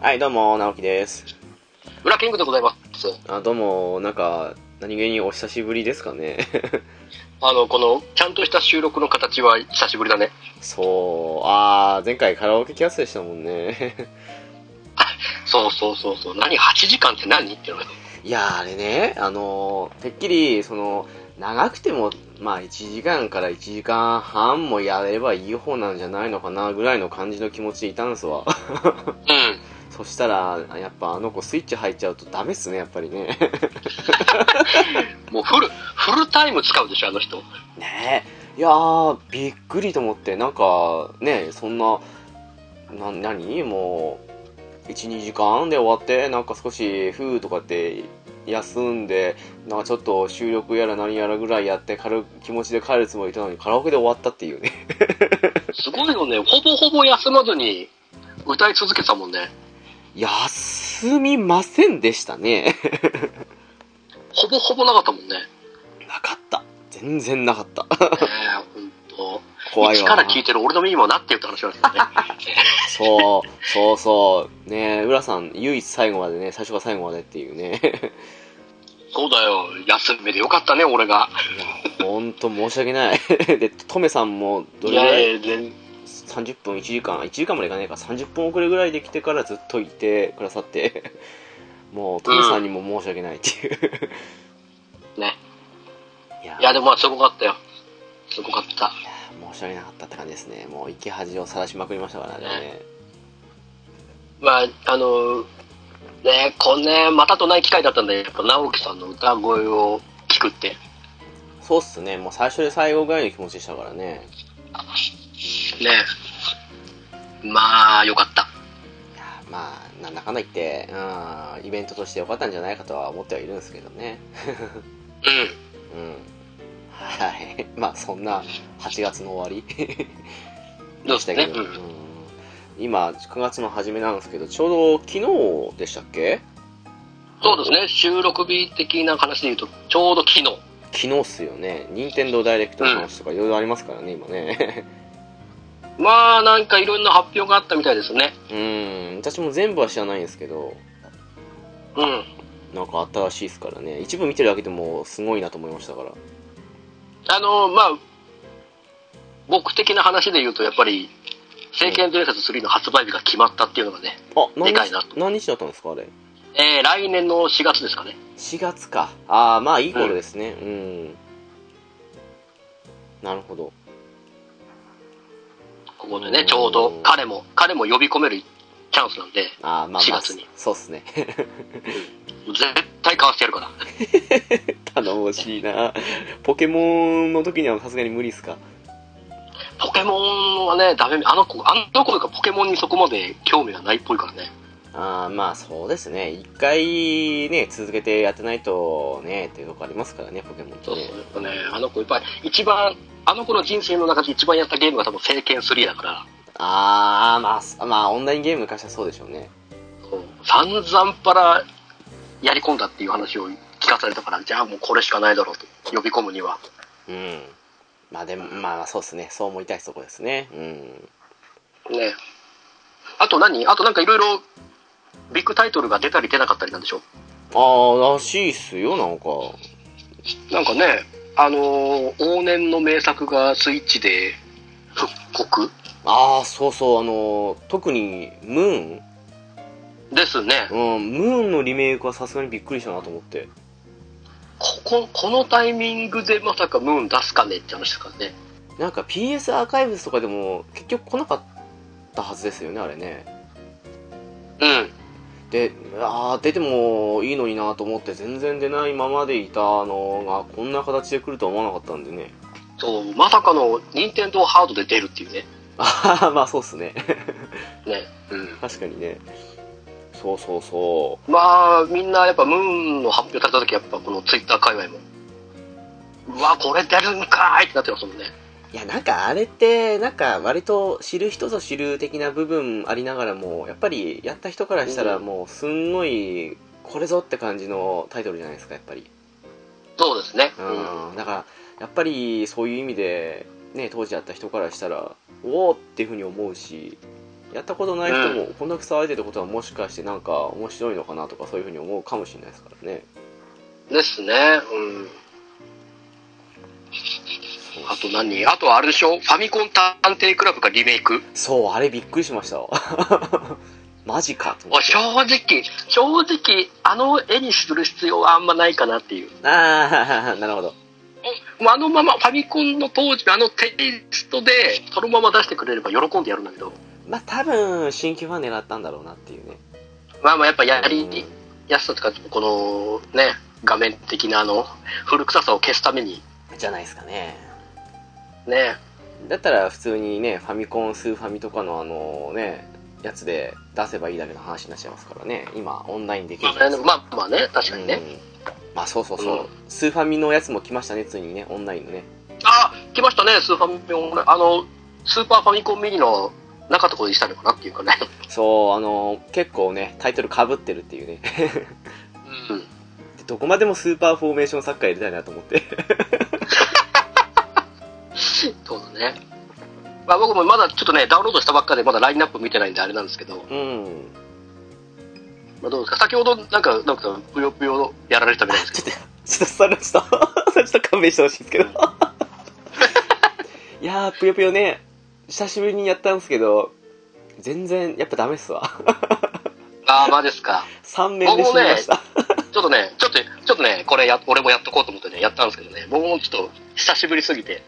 はい、どうも、直樹です。ブラキングでございます。あ、どうも、なんか、何気にお久しぶりですか ね。あの、この、ちゃんとした収録の形は久しぶりだね。そう、あー、前回カラオケキャスでしたもんね。そうそうそうそう。何 ?8 時間って何っていうのがね。いやー、あれね、あのー、てっきり、その、長くても、まあ、1時間から1時間半もやればいい方なんじゃないのかな、ぐらいの感じの気持ちでいたんですわ。 うん。そしたら、やっぱあの子スイッチ入っちゃうとダメっすね、やっぱりね。もうフル、フルタイム使うでしょ、あの人。ねえいやーびっくりと思ってなんかねそんなな何もう12時間で終わってなんか少しふーとかって休んでなんかちょっと収録やら何やらぐらいやって軽く気持ちで帰るつもりだったのにカラオケで終わったっていうね すごいよね。 ほぼほぼ休まずに歌い続けてたもんね。休みませんでしたね ほぼほぼなかったもんね。ねなかった全然なかったえ、ほんと。怖い一わから聞いてる俺の身にもなってよって話なんですよ そね。うそうそうねえ浦さん唯一最後までね最初から最後までっていうねそうだよ。休みでよかったね、俺が。いや、ほんと申し訳ない。 で、トメさんも、どいれぐらやいいや、全 ?30 分、1時間、1時間までいかないか、30分遅れぐらいで来てからずっといてくださって、 もう、トメさんにも申し訳ないっていう。ね。いや、いや、でもまあ、すごかったよ。すごかった。申し訳なかったって感じですね。もう、池恥を晒しまくりましたからね。まあ、あの、ね、こんね、またとない機会だったんで、やっぱ直樹さんの歌声を聞くって。そうっすね。もう最初で最後ぐらいの気持ちでしたからね。ね。まあ、よかった。いやまあ、なんだかんだ言って、うん、イベントとして良かったんじゃないかとは思ってはいるんですけどね。うん。うん。はい。 まあ、そんな8月の終わりでしたけど、そううんですね今、9月の初めなんですけど、ちょうど昨日でしたっけそうですね、収録日的な話で言うと、ちょうど昨日。昨日っすよね。任天堂ダイレクトの話とかいろいろありますからね、今ね。 まあ、なんかいろんな発表があったみたいですね。うん、私も全部は知らないんですけど、うん。なんかあったらしいですからね。一部見てるだけでもすごいなと思いましたから。あの、まあ、僕的な話で言うと、やっぱり、聖剣伝説3の発売日が決まったっていうのがね、あ、何でかい日な何日だったんですか、あれ。えー、来年の4月ですかね。 4月か。ああ、まあいい頃ですね。うん。なるほど。ここでね、ちょうど彼も、彼も呼び込めるチャンスなんで、ああ、まあ、まあ、 4月にそうっすね。 絶対買わせてやるから。頼もしいな。ポケモンの時にはさすがに無理っすか。ポケモンはね、ダメ、あの子、あの子がポケモンにそこまで興味がないっぽいからね。ああ、まあそうですね。一回ね、続けてやってないとね、っていうとこありますからね、ポケモンってそうね。そう。やっぱね、あの子、やっぱり一番、あの子の人生の中で一番やったゲームが多分、聖剣3だから、ああ、まあす、まあオンラインゲーム昔はそうでしょうね。こう散々パラやり込んだっていう話を聞かされたから、じゃあもうこれしかないだろうと、呼び込むには。うん。まあでも、まあそうっすね。そう思いたいとこですね。うん。ねあと何あとなんかいろいろ、ビッグタイトルが出たり出なかったりなんでしょああ、らしいっすよ、なんか。なんかね、あのー往年の名作がスイッチで復刻ああ、そうそう、あのー特にムーンですね。うん、ムーンのリメイクはさすがにびっくりしたなと思って。ここ、このタイミングでまさかムーン出すかねって話ですからね。なんか PS アーカイブスとかでも結局来なかったはずですよねあれねうん。でああ出てもいいのになと思って全然出ないままでいたのがこんな形で来るとは思わなかったんでね そう、まさかの任天堂ハードで出るっていうね。ああまあそうっすね ね。うん。確かにねそうそうそまあ、みんなやっぱムーンの発表された時やっぱこのツイッター界隈も。うわ、これ出るんかーいってなってますもんね。ういやなんかあれってなんか割と知る人ぞ知る的な部分ありながらもやっぱりやった人からしたらうんもうすんごいこれぞって感じのタイトルじゃないですかやっぱりそうですね。うん。うんだからやっぱりそういう意味で、ね、当時やった人からしたらおおっていうふうに思うしやったことない人もこんだけ騒いでることはもしかしてなんか面白いのかなとかそういうふうに思うかもしれないですからねですね。うん。あと何あとはあれでしょファミコン探偵クラブがリメイクそうあれびっくりしましたわ マジかと思おって正直、正直、あの絵にする必要はあんまないかなっていう。あ あなるほどもうあのまま、ファミコンの当時のあのテイストで、そのまま出してくれれば喜んでやるんだけど、まあ多分新規ファン狙ったんだろうなっていうねまあまあやっぱやうりんやすさとか、このね、画面的なあの、古臭さを消すために、じゃないですかねね、だったら普通にねファミコンスーファミとかのあのねやつで出せばいいだけの話になっちゃいますからね今オンラインできまるじゃないあですか、まあまあね、確かにね。うんまあそうそうそう、うんスーファミのやつも来ましたねついにねオンラインのねあ来ましたね、スーパーファミコン、あの、スーパーファミコンミニの中とこにしたのかなっていうかね。そうあの結構ねタイトルかぶってるっていうね うん。でどこまでもスーパーフォーメーションサッカー入れたいなと思ってそうだね。まあ僕もまだちょっとね、ダウンロードしたばっかで、まだラインナップ見てないんであれなんですけど、うんまあどうですか、先ほどなんか、なんか、ぷよぷよやられてたみたい ですけど、ちょっとそれちょっとそれちょっと勘弁してほしいんです けどいやーぷよぷよね久しぶりにやったんですけど全然やっぱダメっすわああ、まあですか。 3面で死にました、ちょっとね、ちょっと、ちょっとね、これや、俺もやっとこうと思ってね、やったんですけどね、僕もちょっと、久しぶりすぎて。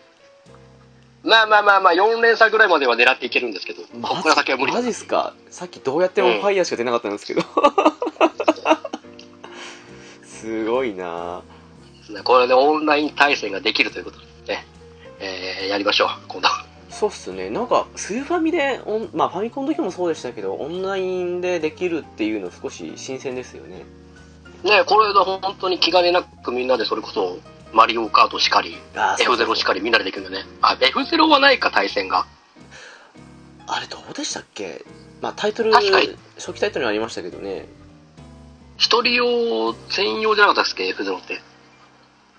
まあまあまあまあ、4連鎖ぐらいまでは狙っていけるんですけど、ここから先は無理マジっすかさっきどうやってもファイヤーしか出なかったんですけど、 すごいなこれでオンライン対戦ができるということで、ね、えーやりましょう、今度。そうっすねなんかスーファミでオン、まあ、ファミコンの時もそうでしたけどオンラインでできるっていうの少し新鮮ですよねねこれで本当に気兼ねなくみんなでそれこそ、マリオカートしかり、あーそうそう F0 しかりみんなでできるんだよね。あ、F0 はないか、対戦が。あれどうでしたっけまあタイトル確かに初期タイトルにありましたけどね一人用専用じゃなかったっけ、F0 って。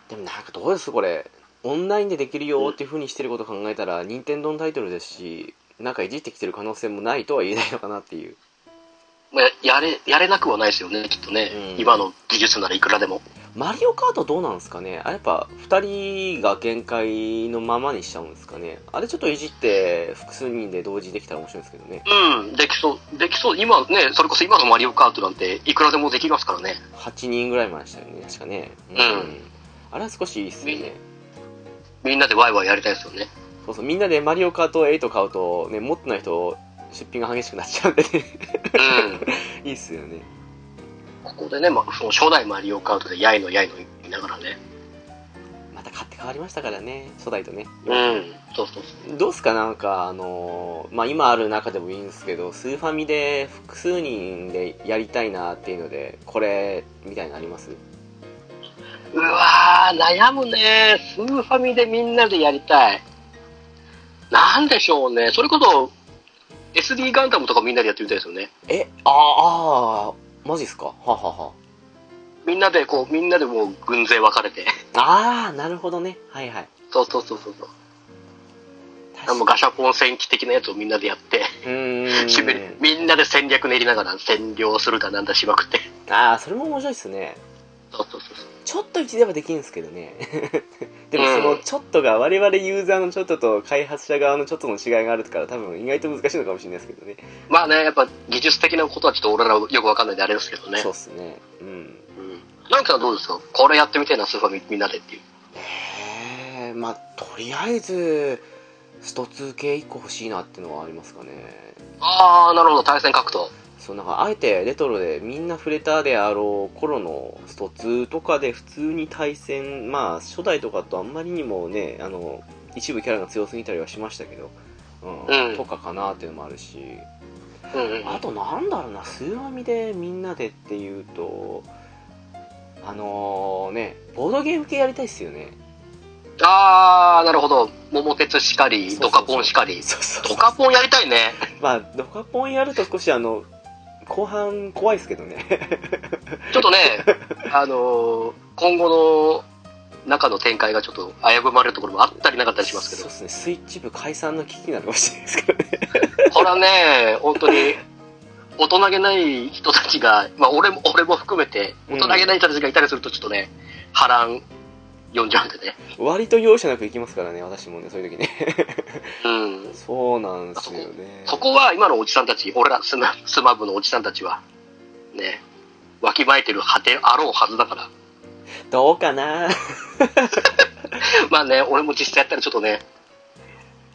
でもなんかどうですこれオンラインでできるよっていうふうにしてることを考えたら任天堂のタイトルですしなんかいじってきてる可能性もないとは言えないのかなっていうまあ、やれ、やれなくはないですよね、きっとね。うん今の技術ならいくらでも。マリオカートどうなんですかねあやっぱ2人が限界のままにしちゃうんですかねあれちょっといじって複数人で同時にできたら面白いですけどねうん、できそう。できそう。今ね、それこそ今のマリオカートなんて、いくらでもできますからね。 8人ぐらいまでしたよね確かねうん、うんあれは少しいいっすよねみんなでワイワイやりたいですよね。そうそうみんなでマリオカート8買うとね持ってない人出品が激しくなっちゃうんでねうん。いいっすよねここでね、まあ、その初代マリオカートでやいのやいの言いながらね。また買って変わりましたからね初代とねうん、そうそうそどうっすかなんかあのーまあ今ある中でもいいんですけどスーファミで複数人でやりたいなっていうのでこれみたいなのありますう。うわー、悩むね。スーファミでみんなでやりたい。なんでしょうね。それこそ、SD ガンダムとかみんなでやってみたいですよね。えあーあーマジっすかはあはあはみんなで、こう、みんなでもう軍勢分かれて。ああーなるほどねはいはいそうそうそうそうそう。確あのかガシャポン戦記的なやつをみんなでやって、うーん締めるみんなで戦略練りながら占領するかなんだしまくって。ああそれも面白いっすね そうそうそうそう。ちょっと一ではできるんですけどね でもそのうんちょっとが我々ユーザーのちょっとと開発者側のちょっとの違いがあるから多分意外と難しいのかもしれないですけどねまあね、やっぱ技術的なことはちょっと俺らよく分かんないんであれですけどね。そうっすねうんうん。なんかどうですかこれやってみたいな、スーファミみんなでっていう。えー、まあとりあえずスト2系1個欲しいなってのはありますかねああ、なるほど、対戦格闘。そうなんかあえてレトロでみんな触れたであろう頃のスト2とかで普通に対戦まあ初代とかとあんまりにもねあの一部キャラが強すぎたりはしましたけど、うんうんとかかなっていうのもあるしうんうんうん。ああとなんだろうなスーファミでみんなでっていうとあのねボードゲーム系やりたいっすよねあー、なるほど。桃鉄しかり、そうそうそうドカポンしかり。そうそうそドうカポンやりたいね。まあドカポンやると少しあの後半怖いですけどね ちょっとね、あのー今後の、中の展開がちょっと危ぶまれるところもあったりなかったりしますけそうどで、すねスイッチ部解散の危機になるかもしれないですからね これはね、本当に、大人げない人たちが、まあ、俺も、俺も含めて、う大ん人げない人たちがいたりすると、ちょっとね、波乱、呼んじゃうんでね。割と容赦なくいきますからね私もねそういう時 ねうん。そうなんですよねそこは、今のおじさんたち、俺らスマ、スマブのおじさんたちは、ね、わきまえてる果てあろうはずだから。どうかなまあね、俺も実際やったらちょっとね、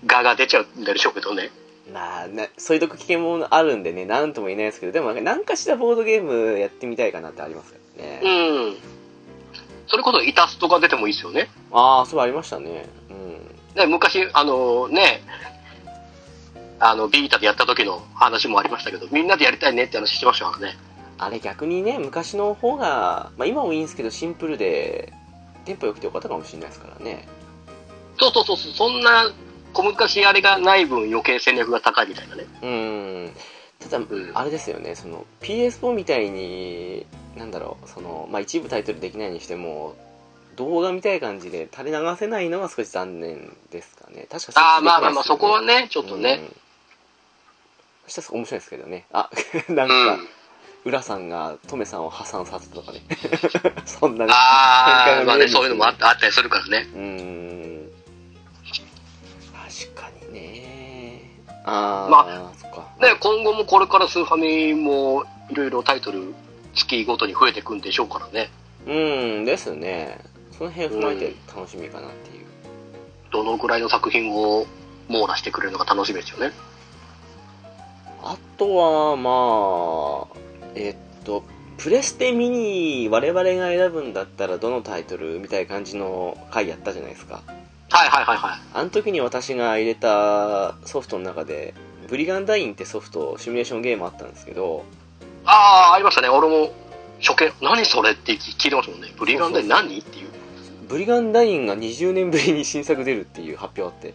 ガが出ちゃうんでしょうけどね。まあなそういうとこ危険もあるんでね何とも言えないですけどでもなんか何かしらボードゲームやってみたいかなってありますからね、うん。それこそ、イタストが出てもいいですよね。ああそうありましたねうんね、昔、あのね、あの、ビータでやった時の話もありましたけど、みんなでやりたいねって話してましたからね。あれ逆にね昔の方が、まあ、今もいいんですけどシンプルでテンポ良くてよかったかもしれないですからねそうそうそうそう、そんな小難しいあれがない分余計戦略が高いみたいなね。うんただうん。あれですよねその PS4 みたいになんだろうその、まあ、一部タイトルできないにしても動画みたい感じで垂れ流せないのが少し残念ですかね確かああ、まあまあまあ、そこはねね、ちちょっとね。そしたら面白いですけどねあなうんん。か浦さんがトメさんを破産させたとかね そんなねああ、展開が見えるまあね、そういうのもあったあったりするからね。うーん確かにねああ、まそっかね、今後もこれからスーファミもいろいろタイトル月ごとに増えていくんでしょうからね。うんですねその辺踏まえて楽しみかなっていう、どのぐらいの作品を網羅してくれるのか楽しみですよね。あとはまあえっとプレステミニ我々が選ぶんだったらどのタイトルみたいな感じの回やったじゃないですかはいはいはいはい。あの時に私が入れたソフトの中でブリガンダインってソフトシミュレーションゲームあったんですけどああ、ありましたね。俺も、初見、何それって聞いてましたもんね。ブリガンダイン何っていう。ブリガンダインが20年ぶりに新作出るっていう発表あって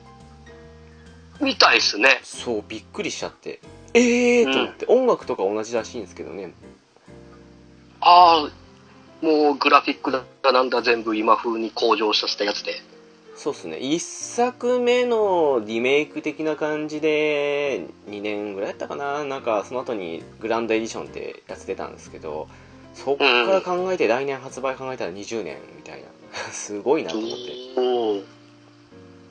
みたいっすね。そうびっくりしちゃってええー、と思って、音楽とか同じらしいんですけどねああ、もうグラフィックだなんだ全部今風に向上させたやつで。そうっすね1作目のリメイク的な感じで2年ぐらいやったかななんかその後にグランドエディションってやつ出たんですけどそっから考えて来年発売考えたら20年みたいな すごいなと思っておお。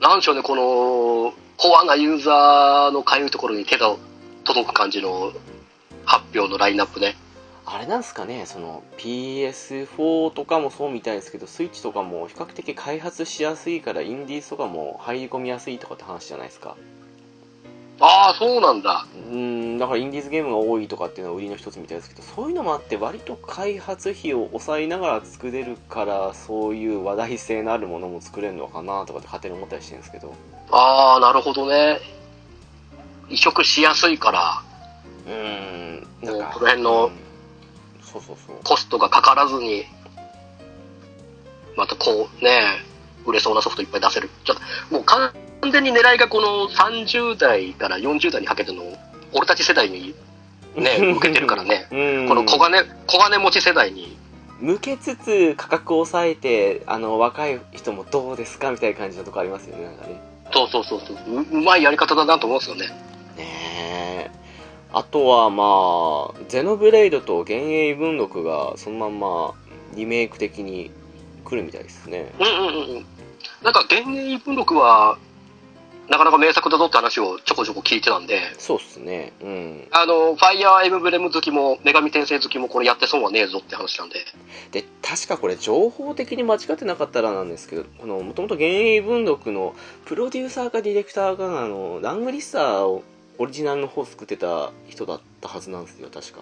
なんでしょうね、この、コアなユーザーのかゆいところに手が届く感じの発表のラインナップね。あれなんですかねその PS4 とかもそうみたいですけどスイッチとかも比較的開発しやすいからインディーズとかも入り込みやすいとかって話じゃないですかああ、そうなんだ。うーんだからインディーズゲームが多いとかっていうのは売りの一つみたいですけどそういうのもあって割と開発費を抑えながら作れるからそういう話題性のあるものも作れるのかなとかって勝手に思ったりしてるんですけどああ、なるほどね。移植しやすいから、うーんなんかこの辺のうんそうそうそう。コストがかからずに、またこうね、売れそうなソフトいっぱい出せる。ちょっと、もう完全に狙いがこの30代から40代にかけての、俺たち世代にね、向けてるからねうんこの小金、小金持ち世代に、向けつつ価格を抑えてあの若い人もどうですかみたいな感じのとこありますよねなんかねそうそうそうそうう、うまいやり方だなと思うんですよね。ねえあとはまあゼノブレイドと幻影文録がそのまんまリメイク的に来るみたいですねうんうんうんうん。なんか、幻影文録は、なかなか名作だぞって話をちょこちょこ聞いてたんで、そうっすねうんあの、ファイヤーエムブレム好きも、女神転生好きもこれやって損はねえぞって話なんで。で確かこれ情報的に間違ってなかったらなんですけどこのもともと幻影文録のプロデューサーかディレクターがあのラングリッサーをオリジナルの方作ってた人だったはずなんですよ確か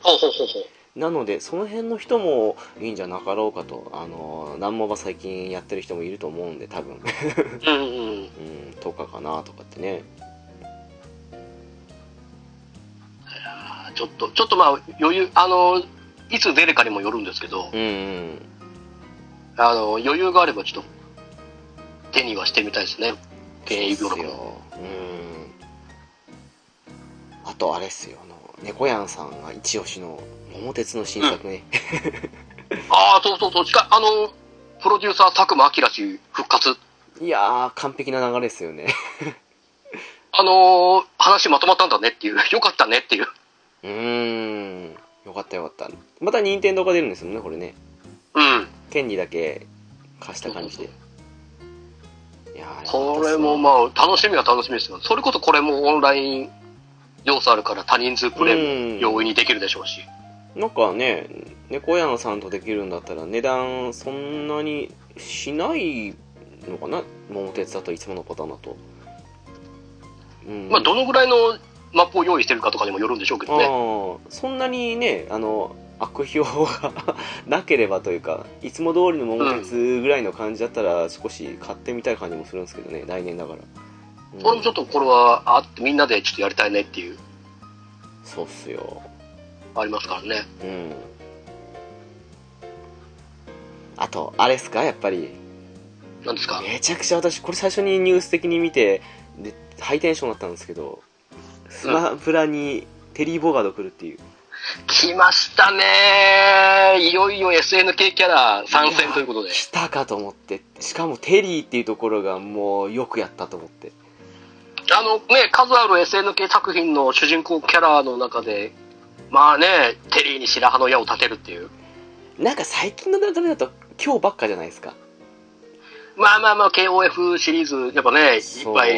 ほうほうほうほう。なのでその辺の人もいいんじゃなかろうかとあの何もば最近やってる人もいると思うんで多分うんうん。うんとかかなとかってねちょっと、ちょっとまあ、余裕、あの、いつ出るかにもよるんですけどう、んうんあの、余裕があればちょっと、手にはしてみたいですね。現役そうっブすロようんあとあれっすよあの猫やんさんが一押しの桃鉄の新作ね、ああ、そうそうそう、近い、あの、プロデューサー佐久間明氏復活。 いやー、完璧な流れですよね。あのー話まとまったんだねっていう、 よかったねっていう。うーん。よかったよかった。また任天堂が出るんですもんね、これね。うん。権利だけ貸した感じで。いやーこれもまあ、あ、楽しみは楽しみですよ。それこそこれもオンライン要素あるから多人数プレイうんも容易にできるでしょうし。なんかね、猫屋さんとできるんだったら値段そんなにしないのかな桃鉄だといつものパターンだと。うん。まあ、どのぐらいのマップを用意してるかとかにもよるんでしょうけどね。ああそんなにねあの悪評が なければというかいつも通りの桃鉄ぐらいの感じだったら少し買ってみたい感じもするんですけどね来年だから、うん俺もちょっとこれは、あってみんなでちょっとやりたいねっていう、そうっすよありますからね。うんあとあれっすかやっぱりなんですかめちゃくちゃ私これ最初にニュース的に見てでハイテンションだったんですけどスマブラにテリー・ボガード来るっていう来ましたねいよいよ SNK キャラ参戦ということでや。来たかと思ってしかもテリーっていうところがもうよくやったと思ってあのね、数ある SNK 作品の主人公キャラの中で、まあね、テリーに白羽の矢を立てるっていう。なんか最近の流れだと今日ばっかじゃないですかまあまあまあ、KOF シリーズ、やっぱね、いっそうぱい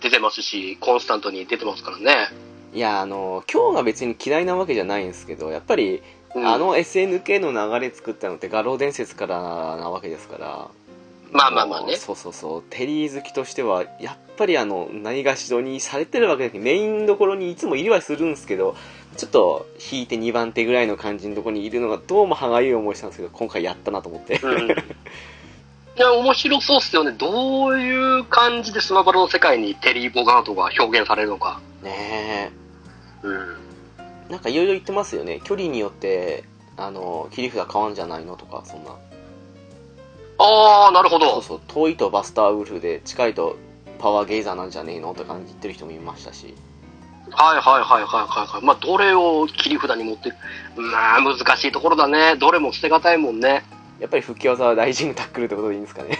出てますし、コンスタントに出てますからね。いやあの今日が別に嫌いなわけじゃないんですけどやっぱり、うんあの SNK の流れ作ったのって画廊伝説からなわけですからまあまあまあもうね。そうそうそうテリー好きとしてはやっぱりあのないがしろにされてるわけだけどメインどころにいつもいるはするんですけどちょっと引いて2番手ぐらいの感じのところにいるのがどうも歯がゆい思いしたんですけど今回やったなと思ってうん。いや、面白そうっすよね。どういう感じでスマブラの世界にテリー・ボガードが表現されるのか。ねうん。えなんかいろいろ言ってますよね距離によってあの切り札変わんじゃないのとかそんなあー、なるほそうど。そう遠いとバスターウルフで近いとパワーゲイザーなんじゃねえのとか言ってる人もいましたしはいはいはいはいはいはい。まあ、どれを切り札に持っていく。まあ、難しいところだね。どれも捨てがたいもんね。やっぱり復帰技はライジングタックルってことでいいんですか ね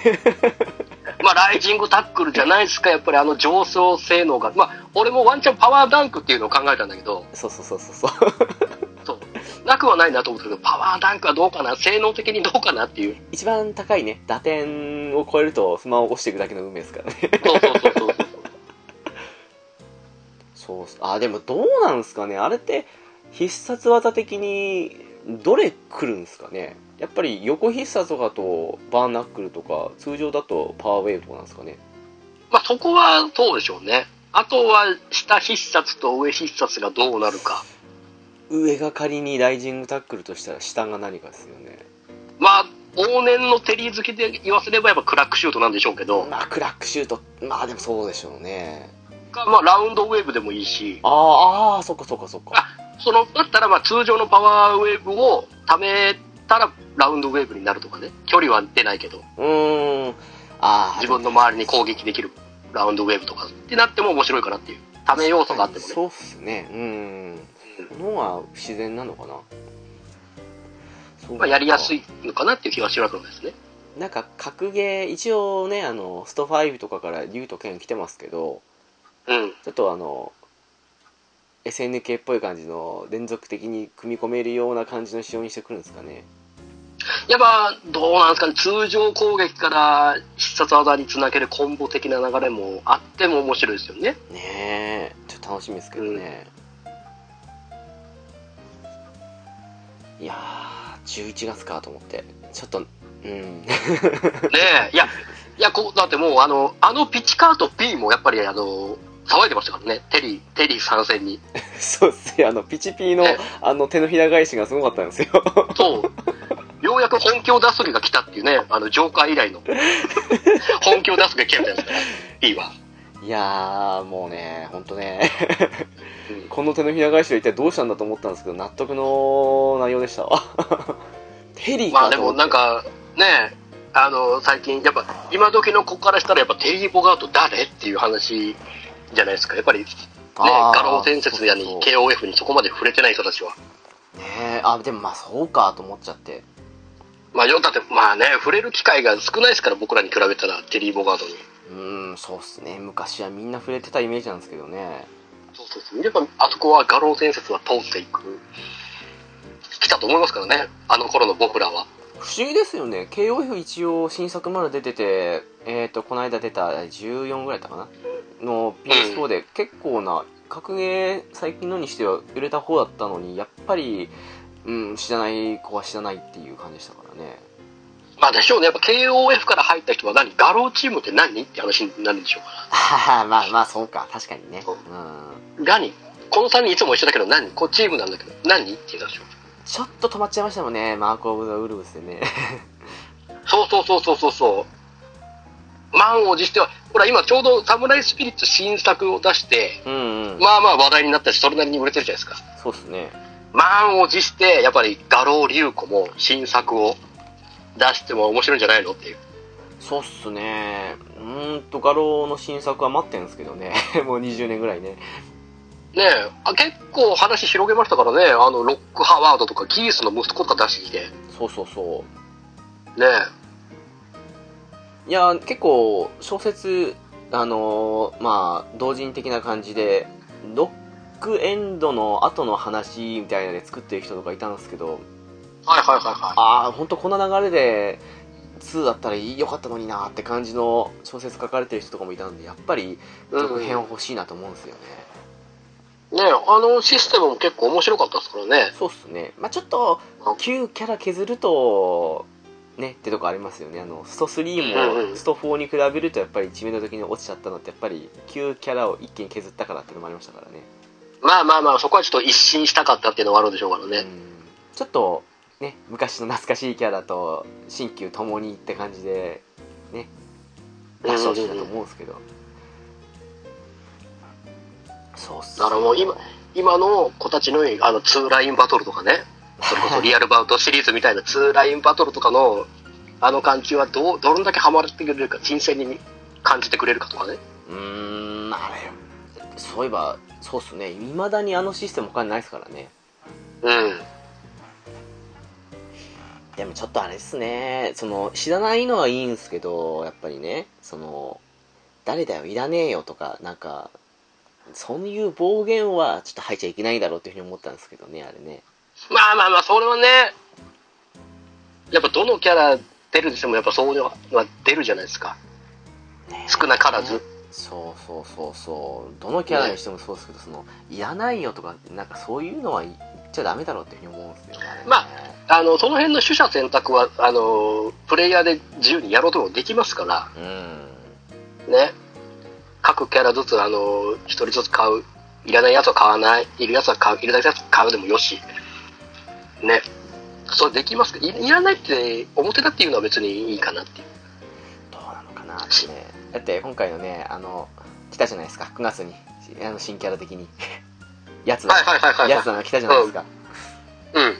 まあ、ライジングタックルじゃないですか。やっぱりあの上昇性能が。まあ、俺もワンチャンパワーダンクっていうのを考えたんだけど、そうそうそうそうそうそう。なくはないなと思ったけど、パワーダンクはどうかな性能的にどうかなっていう。一番高いね打点を超えると不満を起こしていくだけの運命ですからねそうそうそうそう。 そうっすあでもどうなんですかねあれって必殺技的にどれ来るんですかねやっぱり横必殺とかとバーナックルとか通常だとパワーウェーブとかなんですかねまあ、そこはそうでしょうね。あとは、下必殺と上必殺がどうなるか。上が仮にライジングタックルとしたら下が何かですよねまあ、往年のテリー好きで言わせればやっぱクラックシュートなんでしょうけど、まあクラックシュートまあでもそうでしょうねかまあ、ラウンドウェーブでもいいし、あーあーそっかそっかそっかその、だったらまあ通常のパワーウェーブを貯めたらラウンドウェーブになるとかね。距離は出ないけど、うーんああ自分の周りに攻撃できるラウンドウェーブとかってなっても面白いかなっていう。貯め要素があってもね。そうっすねうんその方が自然なのかなそうまあ、やりやすいのかなっていう気はしなくもないですね。なんか格ゲー一応ねあのスト5とかから竜と剣来てますけどうん。ちょっとあの SNK っぽい感じの連続的に組み込めるような感じの仕様にしてくるんですかねやっぱ、どうなんですかね、通常攻撃から必殺技につなげるコンボ的な流れもあっても面白いですよね。ねえちょっと楽しみですけどね、いやー11月かと思ってちょっとうん ねえ、いや、いやこう、だってもう、あの、あのピチカート P もやっぱり、あの、騒いでましたからね、テリー、テリー参戦に。そうっすよあのピチピのえあの手のひら返しがすごかったんですよそう。ようやく本気を出す時が来たっていうね、あの、ジョーカー以来の。本気を出す時が来たみたいですから、P は。いやーもうねほんとねうんこの手のひら返しは一体どうしたんだと思ったんですけど納得の内容でした わテリーまあかでと思っもてなんか、ねえ、あの、最近、やっぱ、今時の子からしたら、やっぱテリー・ボガート誰っていう話じゃないですか。やっぱり、ね、あー画廊伝説やにそうそう KOF にそこまで触れてない人たちは。ねえあでもまあそうかと思っちゃってまあ、よだって、まあね、触れる機会が少ないですから、僕らに比べたら、テリー・ボガードに。うーんそうっすね昔はみんな触れてたイメージなんですけどねそうそうそう。見れば、あそこは画廊伝説は通っていく。来たと思いますからね、あの頃の僕らは。不思議ですよね KOF 一応新作まだ出ててえっ、とこの間出た14ぐらいだったかなの PS4 で結構な格ゲー最近のにしては売れた方だったのにやっぱり、うん、知らない子は知らないっていう感じでしたからねまあでしょうね、やっぱ KOF から入った人は何、画廊チームって何って話になるんでしょうかああ まあまあそうか確かにねそううんら。何この3人いつも一緒だけど何こうチームなんだけど何って言うでしょう。ちょっと止まっちゃいましたもんねマーク・オブ・ザ・ウルブスでね そうそうそうそうそうそう。満を持しては、ほら今ちょうどサムライスピリッツ新作を出して、うん、うん、まあまあ話題になったし、それなりに売れてるじゃないですか。そうっすね満を持して、やっぱり画廊流子も新作を出しても面白いんじゃないのっていう。そうっすねうーんと画廊の新作は待ってるんですけどね もう20年ぐらいねねえあ、結構話広げましたからね、あの、ロックハワードとかギースの息子とか出してきて、ねそうそうそうえいや結構小説あのーまあ同人的な感じでロックエンドの後の話みたいなので作ってる人とかいたんですけどはいはいはいはああ本当こんな流れで2だったらいいよかったのになーって感じの小説書かれてる人とかもいたんでやっぱりうんうん続編は欲しいなと思うんですよね、い。ねえあのシステムも結構面白かったですからね。そうっすねまあちょっと旧キャラ削るとねってとこありますよねあのストうん3うもんスト4に比べるとやっぱり知名度的に落ちちゃったのってやっぱり旧キャラを一気に削ったからっていうのもありましたからねまあまあまあ、そこはちょっと一新したかったっていうのはあるんでしょうからうね。んちょっとね昔の懐かしいキャラと新旧ともにって感じでね出してほしいなと思うんですけどそうっすだからもう今、今の子たちのあの2ラインバトルとかね、それこそリアルバウトシリーズみたいな2ラインバトルとかのあの感じはどうどれだけハマってくれるか、新鮮に感じてくれるかとかね。うーんあれそういえばそうっすね未だにあのシステム他にないですからねうん。でもちょっとあれですね、その、知らないのはいいんすけど、やっぱりね、その、誰だよ、いらねえよとか、なんか、そういう暴言はちょっと入っちゃいけないだろうっていうふうに思ったんですけどね、あれね。まあまあまあ、それはね、やっぱどのキャラ出るにしても、やっぱそういうのは出るじゃないですか。ねえ少なからず。そうそうそうそう。どのキャラにしてもそうですけど、その、いらないよとか、なんかそういうのは言っちゃダメだろうっていうふうに思うんですよ、あれねまああの、その辺の取捨選択は、あの、プレイヤーで自由にやろうともできますから。うん。ね、各キャラずつ、あの、一人ずつ買う。いらないやつは買わない。いるやつは買う。いるだけやつ買うでもよし。ね。それできますかいいらないって、表だっていうのは別にいいかなっていう。どうなのかなってね。だって今回のね、あの、来たじゃないですか、9月に。あの、新キャラ的に。 やつだはいはいはいはい、やつはなの来たじゃないですか。い。うん。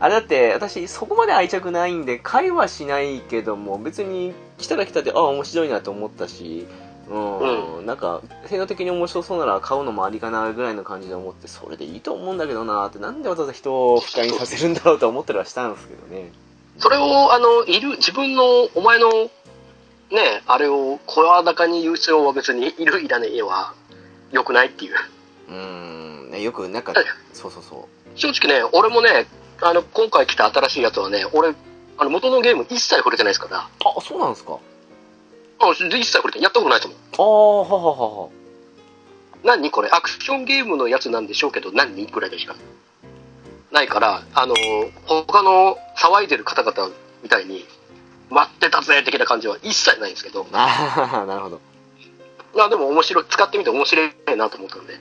あれだって、私、そこまで愛着ないんで、会話しないけども、別に来たら来たで、ああ、面白いなと思ったし、うん、なんか、性能的に面白そうなら買うのもありかなぐらいの感じで思って、それでいいと思うんだけどなーって、なんでわざわざ人を不快にさせるんだろうと思ったりはしたんですけどね。それを、あの、いる、自分の、お前の、ね、あれを声高に言う必要は別に、いる、いらねえは、良くないっていう。うん、ねよく、なんかはい、そうそうそ正直ね、俺もね、あの、今回来た新しいやつはね、俺、あの、元のゲーム一切触れてないですから、う。あ、そうなんですか。あ一切触れてないやったことないですもん。ああ、はははは。何これアクションゲームのやつなんでしょうけど何ぐらいでしかないからあの他の騒いでる方々みたいに待ってたぜ的な感じは一切ないんですけどああ、なるほど。まあでも面白い使ってみて面白いなと思ったんで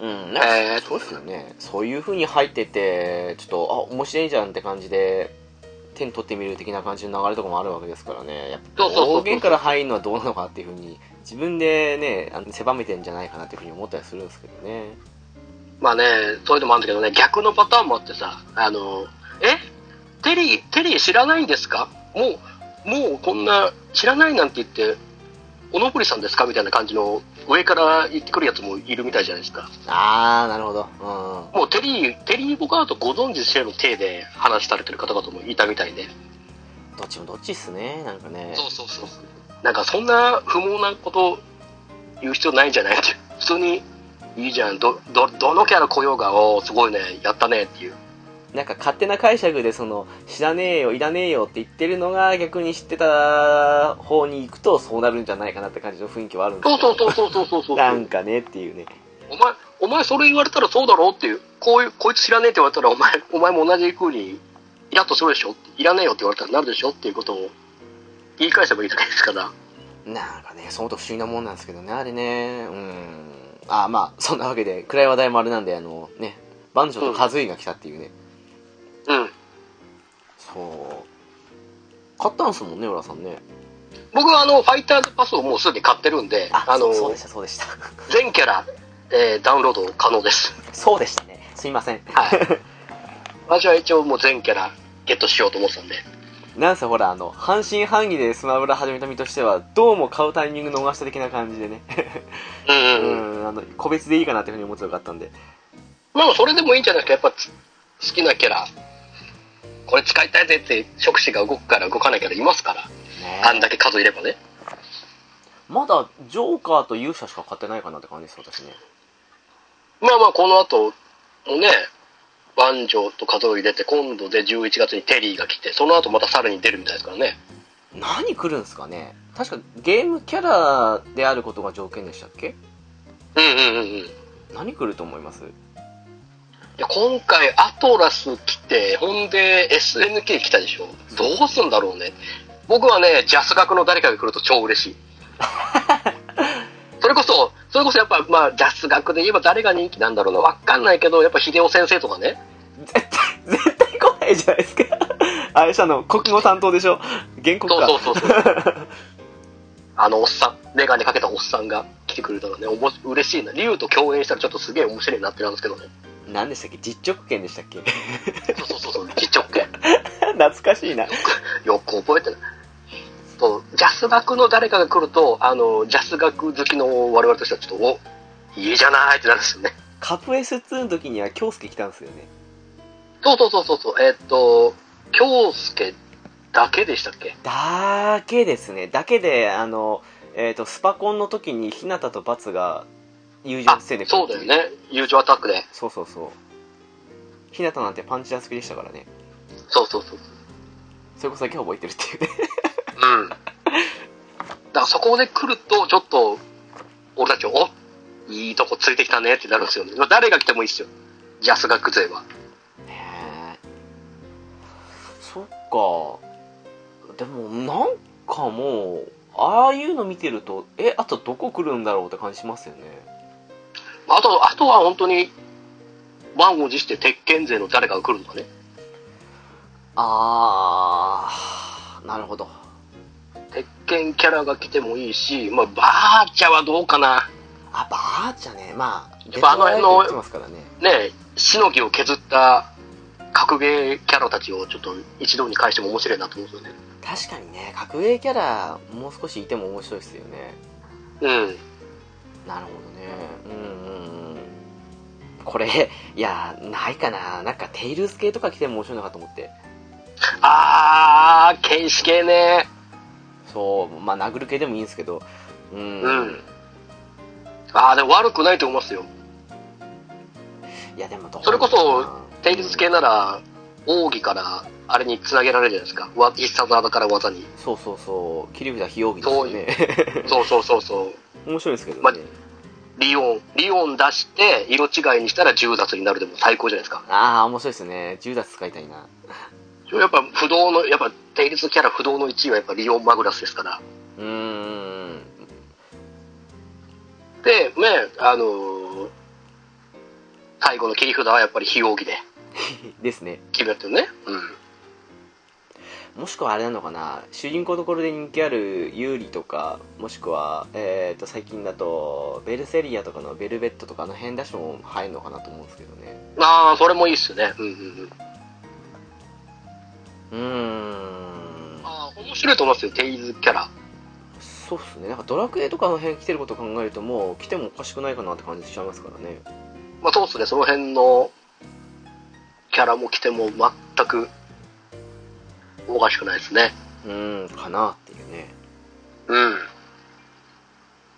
うん、えなんーかそうですよね、そういう風に入っててちょっとあ面白いじゃんって感じで点取ってみる的な感じの流れとかもあるわけですからねやっぱそうそうそうそう方言から入るのはどうなのかっていう風に自分でねあの狭めてんじゃないかなっていう風に思ったりするんですけどねまあねそういうのもあるんだけどね逆のパターンもあってさあのえテリーテリー知らないんですかもうもうこんな知らないなんて言っておのぼりさんですかみたいな感じの上から言ってくるやつもいるみたいじゃないですかああなるほどうんもうテリー、テリー・ボガートご存知してるの体で話されてる方々もいたみたいで、どっちもどっちっすねなんかねそうそうそうそうなんかそんな不毛なこと言う必要ないんじゃないって普通にいいじゃんどどどのキャラ来ようがおーすごいねやったねっていうなんか勝手な解釈でその知らねえよいらねえよって言ってるのが逆に知ってた方に行くとそうなるんじゃないかなって感じの雰囲気はあるんですそうよそうそうそうそうそうそうなんかねっていうねお前お前それ言われたらそうだろうっていうこういうこいつ知らねえって言われたらお前お前も同じ風にイラッとするでしょいらねえよって言われたらなるでしょっていうことを言い返せばいいだけですからなんかねそのと不思議なもんなんですけどねあれねうんあまあそんなわけで暗い話題もあれなんであのね番長とカズイが来たっていうね、うんそう買ったんすもんね浦さんね僕はあのファイターズパスをもうすでに買ってるんであのそうそうでしたそうでした 全キャラ、えーダウンロード可能ですそうでしたねすいませんはい。私は一応もう全キャラゲットしようと思ってたんで。なんせほらあの半信半疑でスマブラ始めた身としてはどうも買うタイミング逃した的な感じでねうんうん。うんあの個別でいいかなっていうふうに思ってよかったんでまあそれでもいいんじゃないですか。やっぱつ好きなキャラ、これ使いたいぜって触手が動くから動かないキャラいますから。ねあんだけ数いればね。まだジョーカーと勇者しか買ってないかなって感じです私ねまあまあこの後もね、バンジョーと数を入れて、今度で11月にテリーが来て、その後またさらに出るみたいですからね。何来るんですかね確かゲームキャラであることが条件でしたっけうんうんうんうん。何来ると思いますいや今回アトラス来てほんで SNK 来たでしょどうすんだろうね僕はねジャス学の誰かが来ると超嬉しいそれこそそれこそやっぱまあジャス学で言えば誰が人気なんだろうなわかんないけどやっぱ秀夫先生とかね絶対絶対来ないじゃないですか あれしたの国語担当でしょ原告そうかそうそうそうあのおっさん眼鏡かけたおっさんが来てくれたらねおもし嬉しいな竜と共演したらちょっとすげえ面白いなってなんですけどね何でしたっけ実直剣でしたっけ そうそうそうそう実直系懐かしいなよく覚えてない。と、ジャス学の誰かが来ると、あの、ジャス学好きの我々としては、ちょっと、お、いいじゃないってなるんですよね。カプ S2 の時には京介来たんですよねそうそうそうそうそう、えーっと、京介だけでしたっけだけですねだけであの、えー、とスパコンの時に日向とバツが友情あ、のせいでそうだよね。友情アタックで。そうそうそう日向なんてパンチラ好きでしたからねそうそうそう。それこそだけ覚えてるっていうねうん。だからそこで来ると、ちょっと、俺たち、お、いいとこついてきたねってなるんですよね。まあ誰が来てもいいっすよ。ジャス学勢は。ねえそっかでもなんかもうああいうの見てるとえあとどこ来るんだろうって感じしますよねあと、あとは本当に、満を持して鉄拳勢の誰かが来るのかね。ああなるほど鉄拳キャラが来てもいいし、まあ、バーチャはどうかな。あバーチャねまあやっぱあの辺の別ライブで言ってますからねねえ、しのぎを削った格ゲーキャラたちをちょっと一堂に返しても面白いなと思うんですよね。確かにね格ゲーキャラもう少しいても面白いですよねうん。なるほどねうんうんうんこれいやないかななんかテイルズ系とか来ても面白いのかと思ってあー、剣士系ね。そうまあ殴る系でもいいんですけどうん、うん。あー、でも悪くないと思いますよ。いやでもどうそれこそテイルズ系うんなら、奥義からあれに繋げられるじゃないですか。わ必殺技から技に。そうそうそう切り札非容疑ですよねそうそうそうそ う。面白いですけどね、まリオン、リオン出して、色違いにしたら10雑になるでも最高じゃないですか。ああ面白いですね10奪使いたいなやっぱ不動の、やっぱ、定率キャラ不動の1位はやっぱリオン・マグラスですから。うーんで、ね、あのー最後の切り札はやっぱり非奥義でですね決めてるね。うん。もしくはあれなのかな主人公どころで人気あるユーリとかもしくは、えー、と最近だとベルセリアとかのベルベットとかあの辺出しても入るのかなと思うんですけどねああ、それもいいっすよね。うんうんうん。うーんああ、面白いと思いますよ、定率キャラ。そうっすねなんかドラクエとかの辺来てることを考えるともう来てもおかしくないかなって感じしちゃいますからねまあそうっすね、その辺のキャラも来ても全くおかしくないですね。うんかなっていうねうん。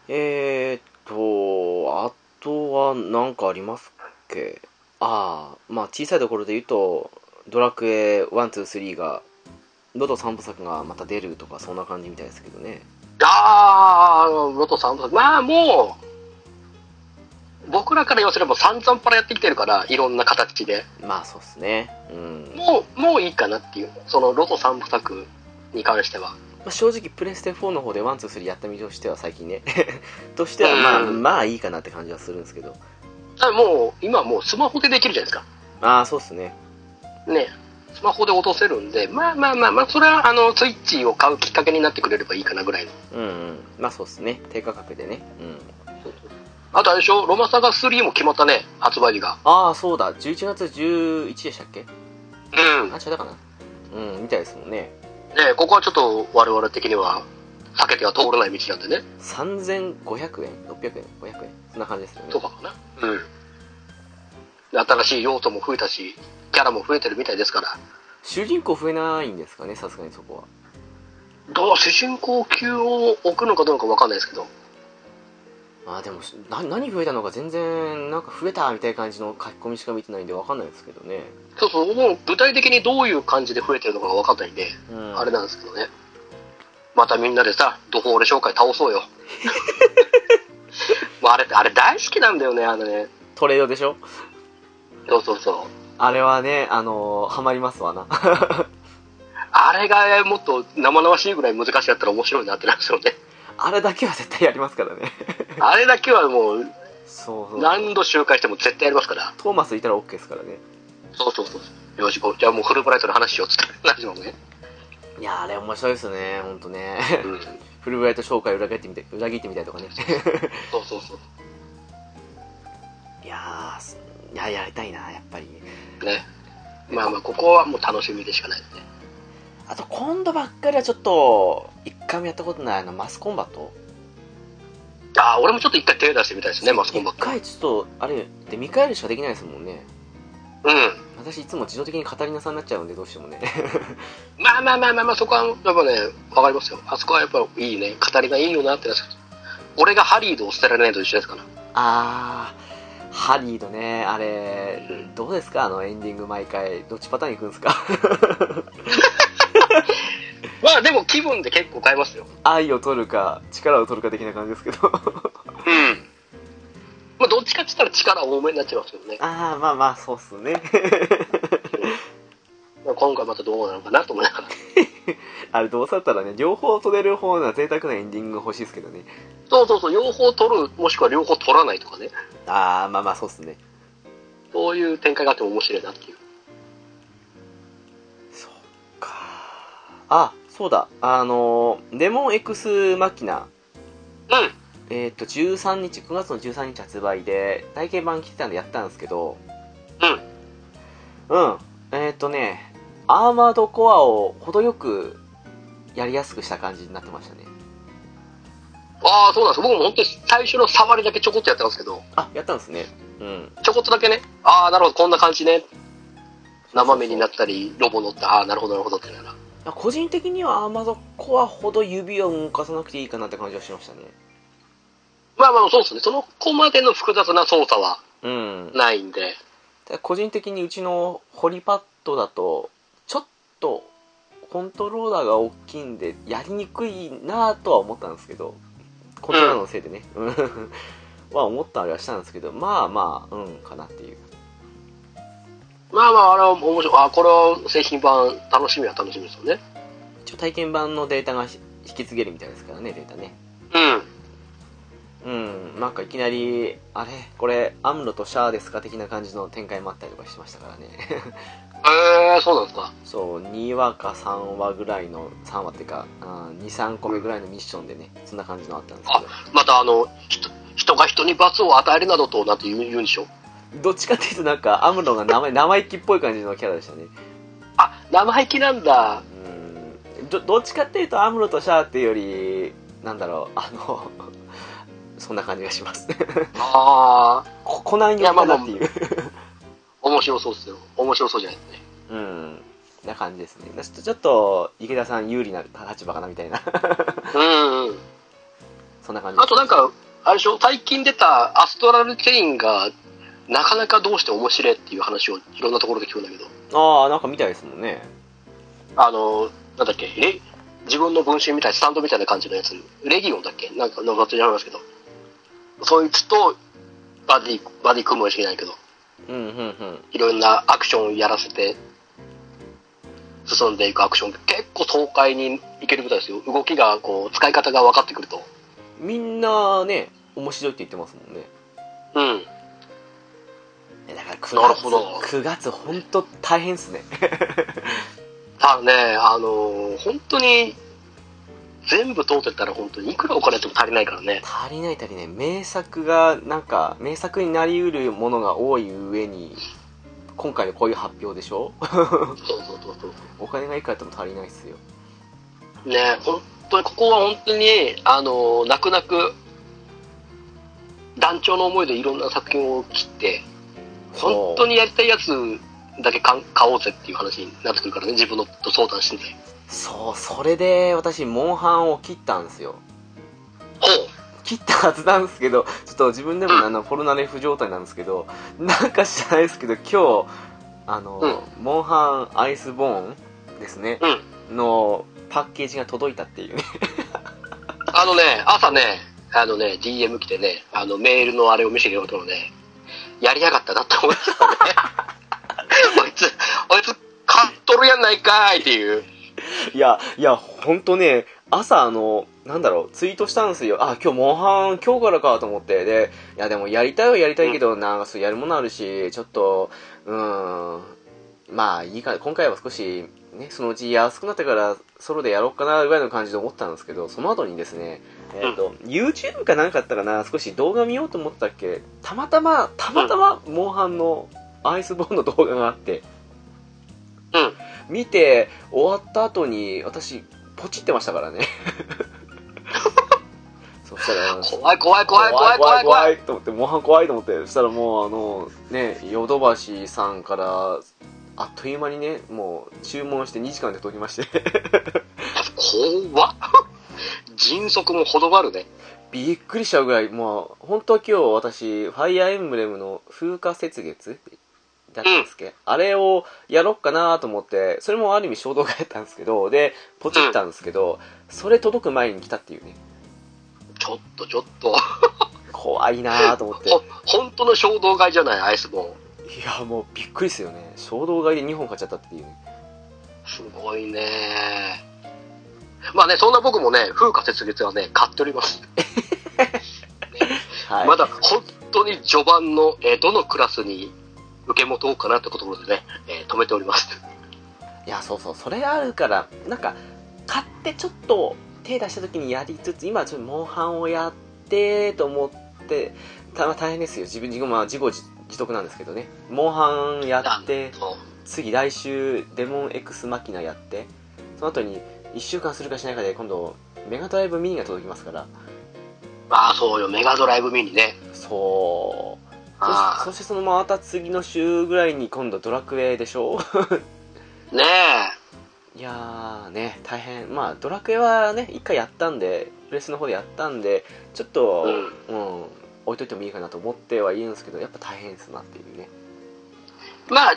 えー、っとあとは何かありますっけああまあ小さいところで言うと「ドラクエ123」がのと3部作がまた出るとかそんな感じみたいですけどねあー、ロトさんと、まあもう、僕らから言わせれば散々パラやってきてるから、いろんな形で。まあそうっすねうん、まもう、もういいかなっていう。そのロト3部作に関しては。あ、正直プレステ4の方で123やった身としては最近ね としてはまあうんまあいいかなって感じはするんですけどただもう、今はもうスマホでできるじゃないですああそうっすねか。ね。スマホで落とせるんで、まあまあまあまあ、それはあの、スイッチを買うきっかけになってくれればいいかなぐらいの。うんうんまあそうっすね低価格でねうんあとあれでしょ、ロマサガ3も決まったね、発売日が。ああそうだ11月11でしたっけうん。あ違ったかなうんみたいですもんねねここはちょっと我々的には避けては通らない道なんでね。 3500円600円500円そんな感じですよねとかかな。うん。で新しい用途も増えたし、キャラも増えてるみたいですから。主人公増えないんですかねさすがにそこはどう、主人公級を置くのかどうかわかんないですけど。あーでもしな何増えたのか全然なんか増えたみたいな感じの書き込みしか見てないんでわかんないですけどね、そうそう、もう具体的にどういう感じで増えてるのかがわかんないんで、うん、あれなんですけどね。またみんなでさ、ドホール紹介倒 そうよ。もうあれ、あれ大好きなんだよね、あのね。トレードでしょそうそうそう。あれはねあのーハマりますわな あれがもっと生々しいぐらい難しかったら面白いなってなるんですよ ね。あれだけは絶対やりますからねあれだけはもうそうそう何度周回しても絶対やりますから。トーマスいたら OK ですからねそうそうそう。よし、こうじゃあもうフルブライトの話しようっつ ってなるのね。いやーあれ面白いですねほんとね うん。フルブライト紹介裏切ってみたい裏切ってみたいとかね そうそうそいやーすいややりたいなやっぱりう。ね。まあまあ、ここはもう楽しみでしかないですね。あと今度ばっかりはちょっと一回もやったことないあのマスコンバットああ、俺もちょっと一回手出してみたいですね、マスコンバ一ット。回ちょっとあれで見返るしかできないですもんねうん。私いつも自動的に語りなさんになっちゃうんでどうしてもね まあまあまあまあまあ、そこはやっぱね、わかりますよ。あそこはやっぱいいね。語りがいいよなってなっちゃう俺がハリードを捨てられないと一緒ですから。あーハリードねあれうんどうですかあのエンディング毎回どっちパターンいくんですか まあでも気分で結構変えますよ。愛を取るか力を取るか的な感じですけ どうん。まあ、どっちかって言ったら力多めになっちゃいますけどね。ああまあまあそうっすねまあ今回またどうなのかなと思いながら。あれどうせだったらね両方取れる方な贅沢なエンディングが欲しいですけどねそうそうそう、両方取る、もしくは両方取らないとかね。ああまあまあそうっすねそういう展開があっても面白いなっていう。そっかあそうだあのレモンエクスマキナうん。えっ、と13日9月の13日発売で体験版来てたんでやったんですけどうんえっ、とねアーマードコアを程よくやりやすくした感じになってましたねああ、そうなんです。僕も本当に最初の触りだけちょこっとやってますけど、あやったんですねうんちょこっとだけね、ああ、なるほど、こんな感じね。生身になったり、ロボ乗った、ああー、なるほど、なるほどってながら。個人的にはアーマードコアほど指を動かさなくていいかなって感じはしましたねまあまあ、そうですね。そのこまでの複雑な操作はうんないんで。ただ個人的にうちのホリパッドだとちょっとコントローラーが大きいんでやりにくいなぁとは思ったんですけどコントローラーのせいでね、 うん、は思ったりはしたんですけどまあまあうんかなっていうまあまあ、あれは面白い。ああ、これは製品版、楽しみは楽しみですよね。一応体験版のデータがひ引き継げるみたいですからねデータねうん。うんなんかいきなりあれこれアムロとシャアですか的な感じの展開もあったりとかしましたからねええそうなんですか。そう2話か3話ぐらいの3話っていうか23個目ぐらいのミッションでねそんな感じのあったんですけどまたあの人人が人に罰を与えるなどとなんて言う言うんでしょうどっちかっていうとなんかアムロが生生意気っぽい感じのキャラでしたねあ生意気なんだうんどどっちかっていうとアムロとシャアっていうよりなんだろうあのそんな感じがします ああこコナン寄りかなっていう面白そうですよ面白そうじゃないですねうんな感じですねちょっとちょっと池田さん有利な立場かなみたいな うんうん。そんな感じですあとなんか、あれでしょ、最近出たアストラルチェインが、なかなかどうして面白いっていう話をいろんなところで聞くんだけど、ああなんか見たいですもんねあの、なんだっけ、レ自分の分身みたいな、スタンドみたいな感じのやつ、レギオンだっけなんか、なんか忘れちゃいますけど、そいつとバディ、バディ組むわけじゃないけど、うんうんうんいろんなアクションをやらせて、進んでいくアクション、結構爽快にいけるみたいですよ。動きが、こう、使い方が分かってくると。みんなね面白いって言ってますもんねうん。えだから9月なるほど9月本当大変っすねただね、あのー本当に、全部通ってったら本当にいくらお金やっても足りないからね。足りない足りない名作がなんか名作になりうるものが多い上に今回のこういう発表でしょ そうそうそうそう。お金がいくらあっても足りないっすよね本当にここは本当にあの泣く泣く団長の思いでいろんな作品を切って本当ににやりたいやつだけ買買おうぜっていう話になってくるからね自分のと相談してそうそれで私モンハンを切ったんですよほ切ったはずなんですけどちょっと自分でもあのコロナレフ状態なんですけどなんか知らないですけど今日あの、モンハンアイスボーンですねう、うんのパッケージが届いたっていうね あのね朝ねあのね DM 来てねあのメールのあれを見せてもらったのねやりやがったなって思いま したねこいつこいつ買っとるやないかいっていういやいやほんとね朝あのなんだろうツイートしたんですよあ今日モンハン今日からかと思ってでいやでもやりたいはやりたいけど、なんかそうやるものあるしちょっとうーんまあいいか今回は少しねそのうち安くなってからソロでやろうかなぐらいの感じで思ったんですけどその後にですねえっ、と、YouTube かなんかあったかな少し動画見ようと思ったっけたまたまたまたまモンハンのアイスボーンの動画があってうん見て終わった後に私ポチってましたからねそしたら怖い怖い怖い怖い怖い怖いいと思ってモンハン怖いと思ってそしたらもうあのねヨドバシさんからあっという間にねもう注文して2時間で届きまして 怖っ迅速もほどがあるねびっくりしちゃうぐらいもう本当は今日私ファイアーエンブレムの風化雪月だったんですっけ、あれをやろっかなと思ってそれもある意味衝動買いやったんですけどでポチったんですけど、それ届く前に来たっていうねちょっとちょっと怖いなと思ってほ本当の衝動買いじゃないアイスボーンいやもうびっくりですよね衝動買いで2本買っちゃったっていうねすごいねまあねそんな僕もね風化雪月はね買っております、はいまだ本当に序盤の、えーどのクラスに受け持とうかなってところでね、えー止めておりますいやそうそうそれがあるからなんか買ってちょっと手出した時にやりつつ今ちょっとモンハンをやってと思ってたまあ大変ですよ自分自己まあ自業自自得なんですけどねモンハンやってそう次来週デモン X マキナやってその後に1週間するかしないかで今度メガドライブミニが届きますからまあそうよメガドライブミニねそうそしあそしてそのまた次の週ぐらいに今度ドラクエでしょあねいやーね、大変。まあ、ドラクエはね、一回やったんで、プレスの方でやったんで、ちょっと、うん、置いといてもいいかなと思ってはいるんですけど、やっぱ大変ですなっていうね。えまあ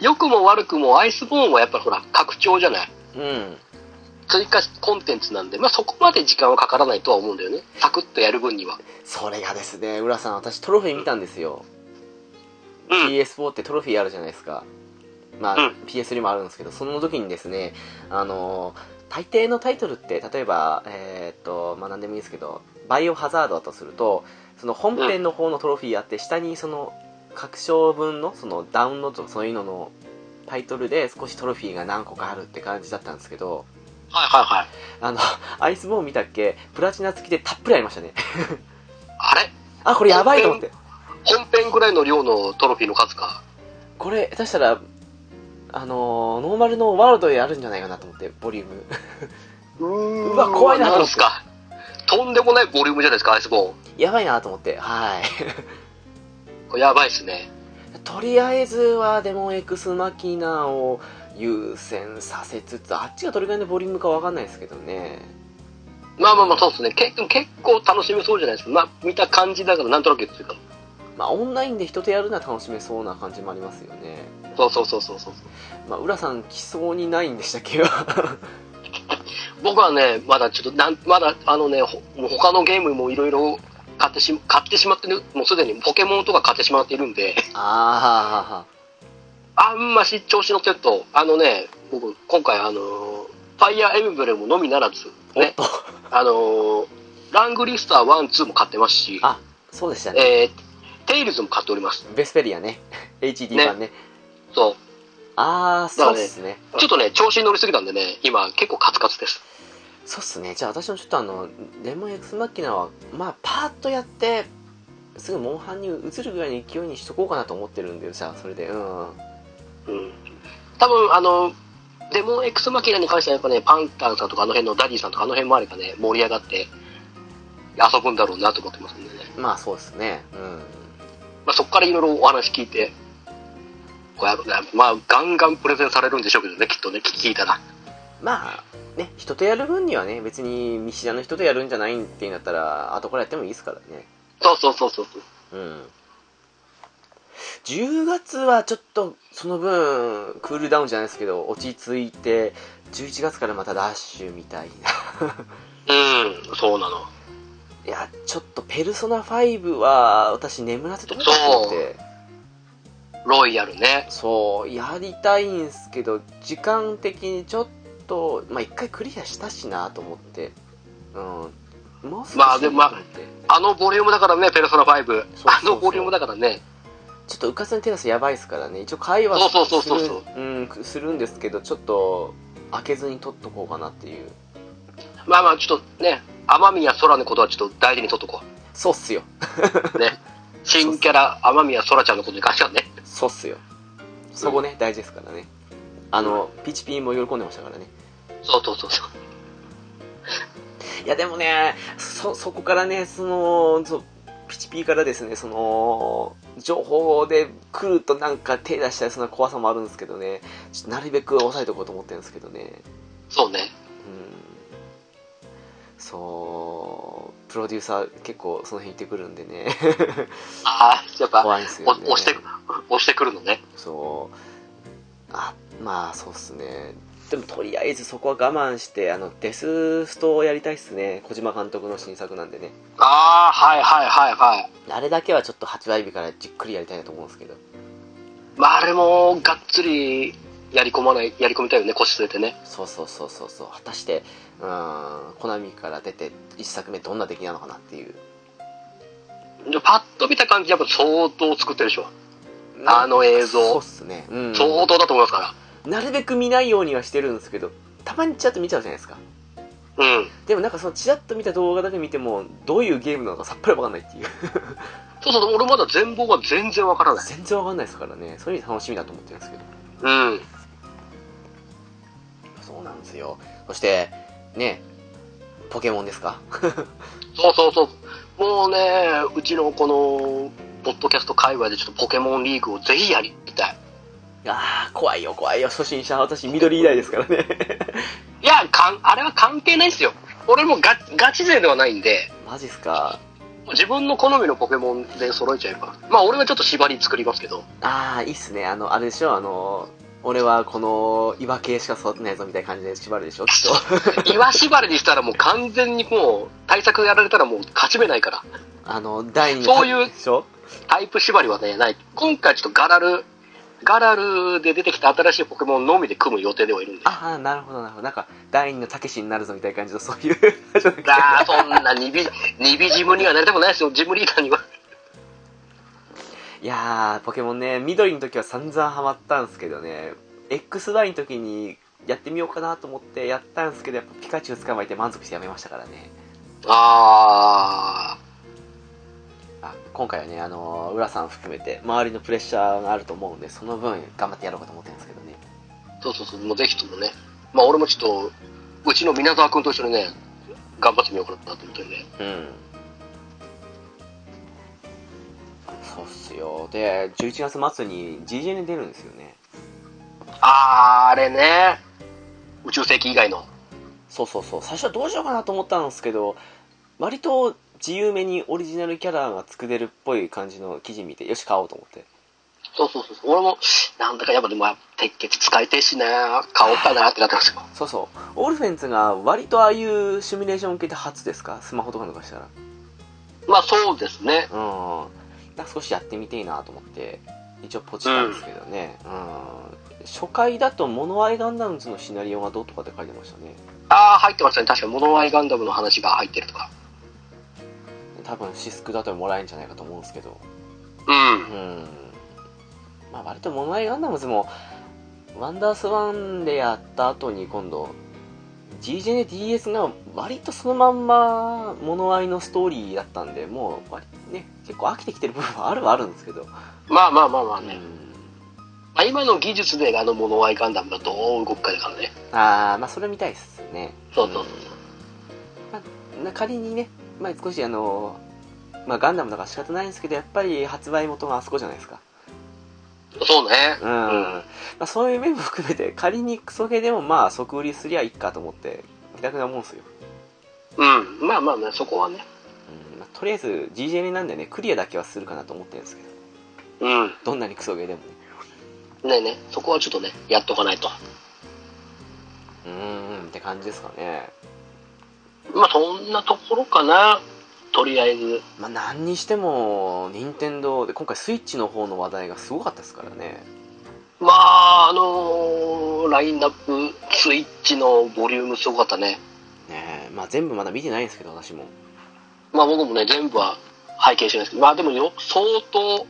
良くも悪くもアイスボーンはやっぱりほら拡張じゃないうん。追加コンテンツなんで、まあ、そこまで時間はかからないとは思うんだよねサクッとやる分にはそれがですね、浦さん、私トロフィー見たんですよ。うん PS4 ってトロフィーあるじゃないですか。まあ、うん PS3 もあるんですけど、その時にですね、あのー大抵のタイトルって、例えば、えーっと、まあ、なんでもいいですけど、バイオハザードだとすると、その本編の方のトロフィーあって、下にその、各章分の、そのダウンロードとかそういうののタイトルで少しトロフィーが何個かあるって感じだったんですけど、はいはいはいあの、アイスボーン見たっけ、プラチナ付きでたっぷりありましたね。あれあ、これやばいと思って。本編ぐらいの量のトロフィーの数かこれ下手したらあのーノーマルのワールドでやるんじゃないかなと思ってボリューム うーうわ怖いなと思なんってすかとんでもないボリュームじゃないですかアイスボやばいなと思ってはい ーンこれやばいっすねとりあえずはデモン X マキナを優先させつつあっちがどれぐらいのボリュームかわかんないですけどねまあまあまあ、そうですね。けでも結構楽しめそうじゃないですか。まあ、見た感じだから、なんとなくっていうか。まあオンラインで人とやるのは楽しめそうな感じもありますよねそうそうそうそうそう。まあ浦さん来そうにないんでしたっけ 僕はね、まだちょっと、なんまだ、あのね、ほもう他のゲームもいろいろ買ってし、買ってしまってる、もうすでにポケモンとか買ってしまっているんで、 あああんまし調子乗ってると、あのね、僕、今回、あのー、ファイアーエムブレムのみならず、ね、あのー、ラングリスター1、2も買ってますし、あそうでしたねえー、テイルズも買っております。ベスペリアね HD 版ねそう。ああそうですねちょっとね、調子に乗りすぎたんでね、今、結構カツカツです。そうっすねじゃあ私もちょっとあのレモンエクスマッキナはまあパーッとやってすぐモンハンに移るぐらいの勢いにしとこうかなと思ってるんでじゃあそれでうんうん。多分、あの、デモン X マキナに関してはやっぱね、パンタンさんとかあの辺のダディさんとかあの辺もあればね、盛り上がって遊ぶんだろうなと思ってますんでね。まあそうですねうんまあ、そこからいろいろお話聞いて、こうやまあ、ガンガンプレゼンされるんでしょうけどね、きっとね、聞聞いたら。まあね人とやる分にはね別に見知らぬ人とやるんじゃないっていうんだったら後からやってもいいですからねそうそうそうそう。うん10月はちょっとその分クールダウンじゃないですけど落ち着いて11月からまたラッシュみたいなうん、そうなの。いや、ちょっとペルソナ5は私眠らせとこうと思って。ロイヤルね。そう、やりたいんすけど、時間的にちょっと、まあ、一回クリアしたしなと思って。うん。もう少しまあでもまあと思ってあのボリュームだからね、ペルソナ5。そうそうあのボリュームだからね。ちょっとうかつに手出すやばいですからね。一応会話そうそうそうそうそうするうん、くするんですけど、ちょっと、開けずに取っとこうかなっていう。まあまあ、ちょっとね、雨宮空のことはちょっと大事にとっとこう。そうっすよ。 ね、新キャラ、雨宮空ちゃんのことに関してはね、そうっすよ。そこね、大事ですからね。あの、ピチピンも喜んでましたからね。そうそうそうそう、いやでもね、そ、そこからね、その、そうピチピーからですね、その、情報で来るとなんか手出したりそんな怖さもあるんですけどね、ちょっとなるべく抑えておこうと思ってるんですけどね、そうね、うん。そう、プロデューサー結構その辺行ってくるんで ね、ああ、やっぱ、怖いんですよ、ね。お押して、押してくるのね、そうあまあそうっすねでもとりあえずそこは我慢してあのデスストをやりたいっすね小島監督の新作なんでねああ、はいはいはいはい、あれだけはちょっと発売日からじっくりやりたいなと思うんですけどまあ、あれもがっつりやり込まない、やり込みたいよね、腰据えてね、そうそうそうそうそう果たしてうーんコナミから出て1作目どんな出来なのかなっていうでパッと見た感じ、やっぱ相当作ってるでしょ、あの映像そうっすねうん相当だと思いますか、なるべく見ないようにはしてるんですけどたまにちらっと見ちゃうじゃないですからうん、でもなんかそのちらっと見た動画だけ見てもどういうゲームなのかさっぱりわかんないっていう そうそう、俺まだ全貌が全然わからない、全然わかんないですからねそういう意味で楽しみだと思ってるんですけどうん、そうなんですよそしてねポケモンですかそうそうそう、もうね、うちのこの、ポッドキャスト界隈でちょっとポケモンリーグをぜひやりたい。ああ 怖いよ怖いよ初心者私緑以来ですからね いやかん、あれは関係ないですよ。俺もガガチ勢ではないんで、マジっすか自分の好みのポケモンで揃えちゃえば。まあ、俺はちょっと縛り作りますけど。ああいいっすねあのあれでしょあの俺はこの岩系しか育てないぞみたいな感じで縛るでしょきっと 岩縛りにしたらもう完全にもう、対策やられたらもう勝ち目ないから。あの第二そういうでしょタイプ縛りはね、ない。今回ちょっとガラル、ガラルで出てきた新しいポケモンのみで組む予定ではいるんで。あああなるほどなるほどなんか第二のたけしになるぞみたいな感じのそういう ちょっとあ、そんなニビ、ニビジム にはなりたくないですよ、ジムリーダーには。いやー、ポケモンね、緑の時は散々ハマったんですけどね、X ラインの時にやってみようかなと思ってやったんですけど、やっぱピカチュウ捕まえて満足してやめましたからね。ああ今回はね、あのー、浦さん含めて、周りのプレッシャーがあると思うんで、その分頑張ってやろうかと思ってるんですけどね。ー、そうそうそう、もうぜひともね。まあ、俺もちょっと、うちの皆沢君と一緒にね、頑張ってみようかなと思ってるんで。うん。そうっすよ。で、11月末に GGN 出るんですよね。あー、あれね。宇宙世紀以外の。そうそうそう最初はどうしようかなと思ったんですけど割と自由めにオリジナルキャラが作れるっぽい感じの記事見てよし買おうと思ってそうそうそうそう。俺も、なんだかやっぱでも、鉄血使いてえしな、買おうかなってなってますよ。そうそうオルフェンズが割とああいうシミュレーション系って初ですかスマホとか抜かしたら まあそうですね。うんなんか少しやってみていいなと思って一応ポチったんですけどね、うん初回だと「モノアイガンダムズ」のシナリオがどうとかって書いてましたねああ、入ってましたね。確か、モノアイガンダムの話が入ってるとか。多分シスクだともらえるんじゃないかと思うんですけどうんう。んまあ割とモノアイガンダムズもワンダースワンでやった後に今度 GJDS が割とそのまんまモノアイのストーリーだったんでもう割ね結構飽きてきてる部分はあるはあるんですけどまあまあまあまあうね。んまあ、今の技術であのモノアイガンダムがどう動くかだからね。ああまあそれ見たいっすねそうそうそうまあ、仮にね、まあ、少しあの、まあ、ガンダムだから仕方ないんですけどやっぱり発売元があそこじゃないですかそう。そうね。うん、まあ、そういう面も含めて仮にクソゲーでもまあ即売りすりゃいいかと思って気楽なもんですよ、うん。まあまあね、そこはね。うんまあ、とりあえず GJN なんでねクリアだけはするかなと思ってるんですけどうん。どんなにクソゲーでもねねえね、そこはちょっとね、やっとかないと。うーんって感じですかねまあそんなところかな。とりあえず。まあ何にしても任天堂で今回スイッチの方の話題がすごかったですからねまあ、あのーラインナップ、スイッチのボリュームすごかったね。ねえまあ全部まだ見てないんですけど私もまあ僕もね、全部は拝見してないですけど、まあでもよ、相当、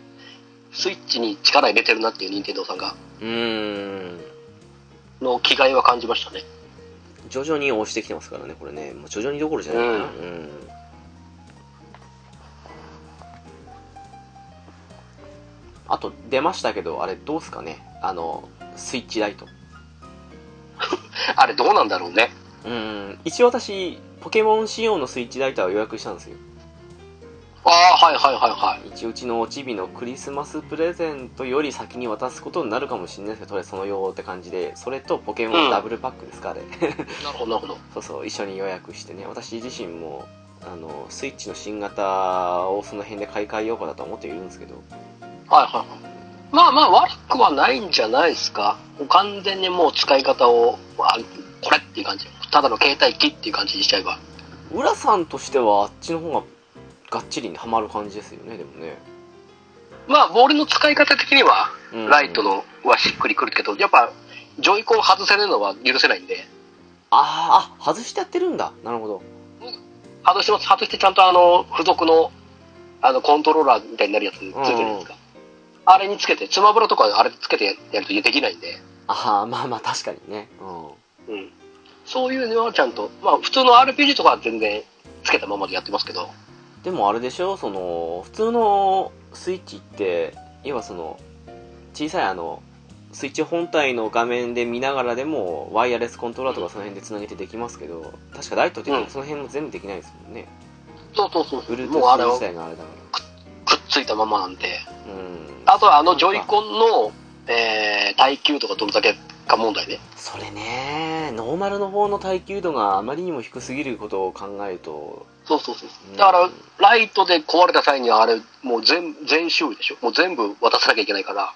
スイッチに力入れてるなっていう任天堂さんが、うーんの気概は感じましたね。 徐々に押してきてますからねこれねもう徐々にどころじゃないかな、ううんあと出ましたけどあれどうすかねあのスイッチライトあれどうなんだろうね。うん一応私ポケモン仕様のスイッチライトは予約したんですよああ、はいはいはいはい。一応うちのおちびのクリスマスプレゼントより先に渡すことになるかもしれないですけどとりあえずその用って感じでそれとポケモンダブルパックですか、あれなるほどなるほど。そうそう一緒に予約してね私自身もあのスイッチの新型をその辺で買い替えようかなとは思っているんですけどはいはいはい。まあまあ悪くはないんじゃないですか。もう完全にもう使い方を、あこれっていう感じ。ただの携帯機っていう感じにしちゃえば。浦さんとしてはあっちの方ががっちりはまる感じですよねでもね、まあ、ボールの使い方的には、うんライトのはしっくりくるけど、やっぱ、ジョイコン外せるのは許せないんで、あーあ外してやってるんだなるほど外してます、外してちゃんとあの、付属の、あの、コントローラーみたいになるやつついてるじゃないですか。あれにつけて、スマブラとかあれつけてやるとできないんで、ああまあまあ確かにねうんうん。そういうのはちゃんと、まあ、普通の RPG とかは全然つけたままでやってますけど、でもあれでしょその普通のスイッチって要はその小さいあのスイッチ本体の画面で見ながらでもワイヤレスコントローラーとかその辺でつなげてできますけど確かライトってうんその辺も全部できないですもんね、そうそうそうそう、 Bluetooth もうあれを自くっ体があれだかついたままなんで、らうんあとはあの、ジョイコンの、えー、耐久とかどれだけか問題ね。それねノーマルの方の耐久度があまりにも低すぎることを考えると、そうそうそうう。んだから、ライトで壊れた際にはあれ、もう全、全修理でしょもう全部渡さなきゃいけないから。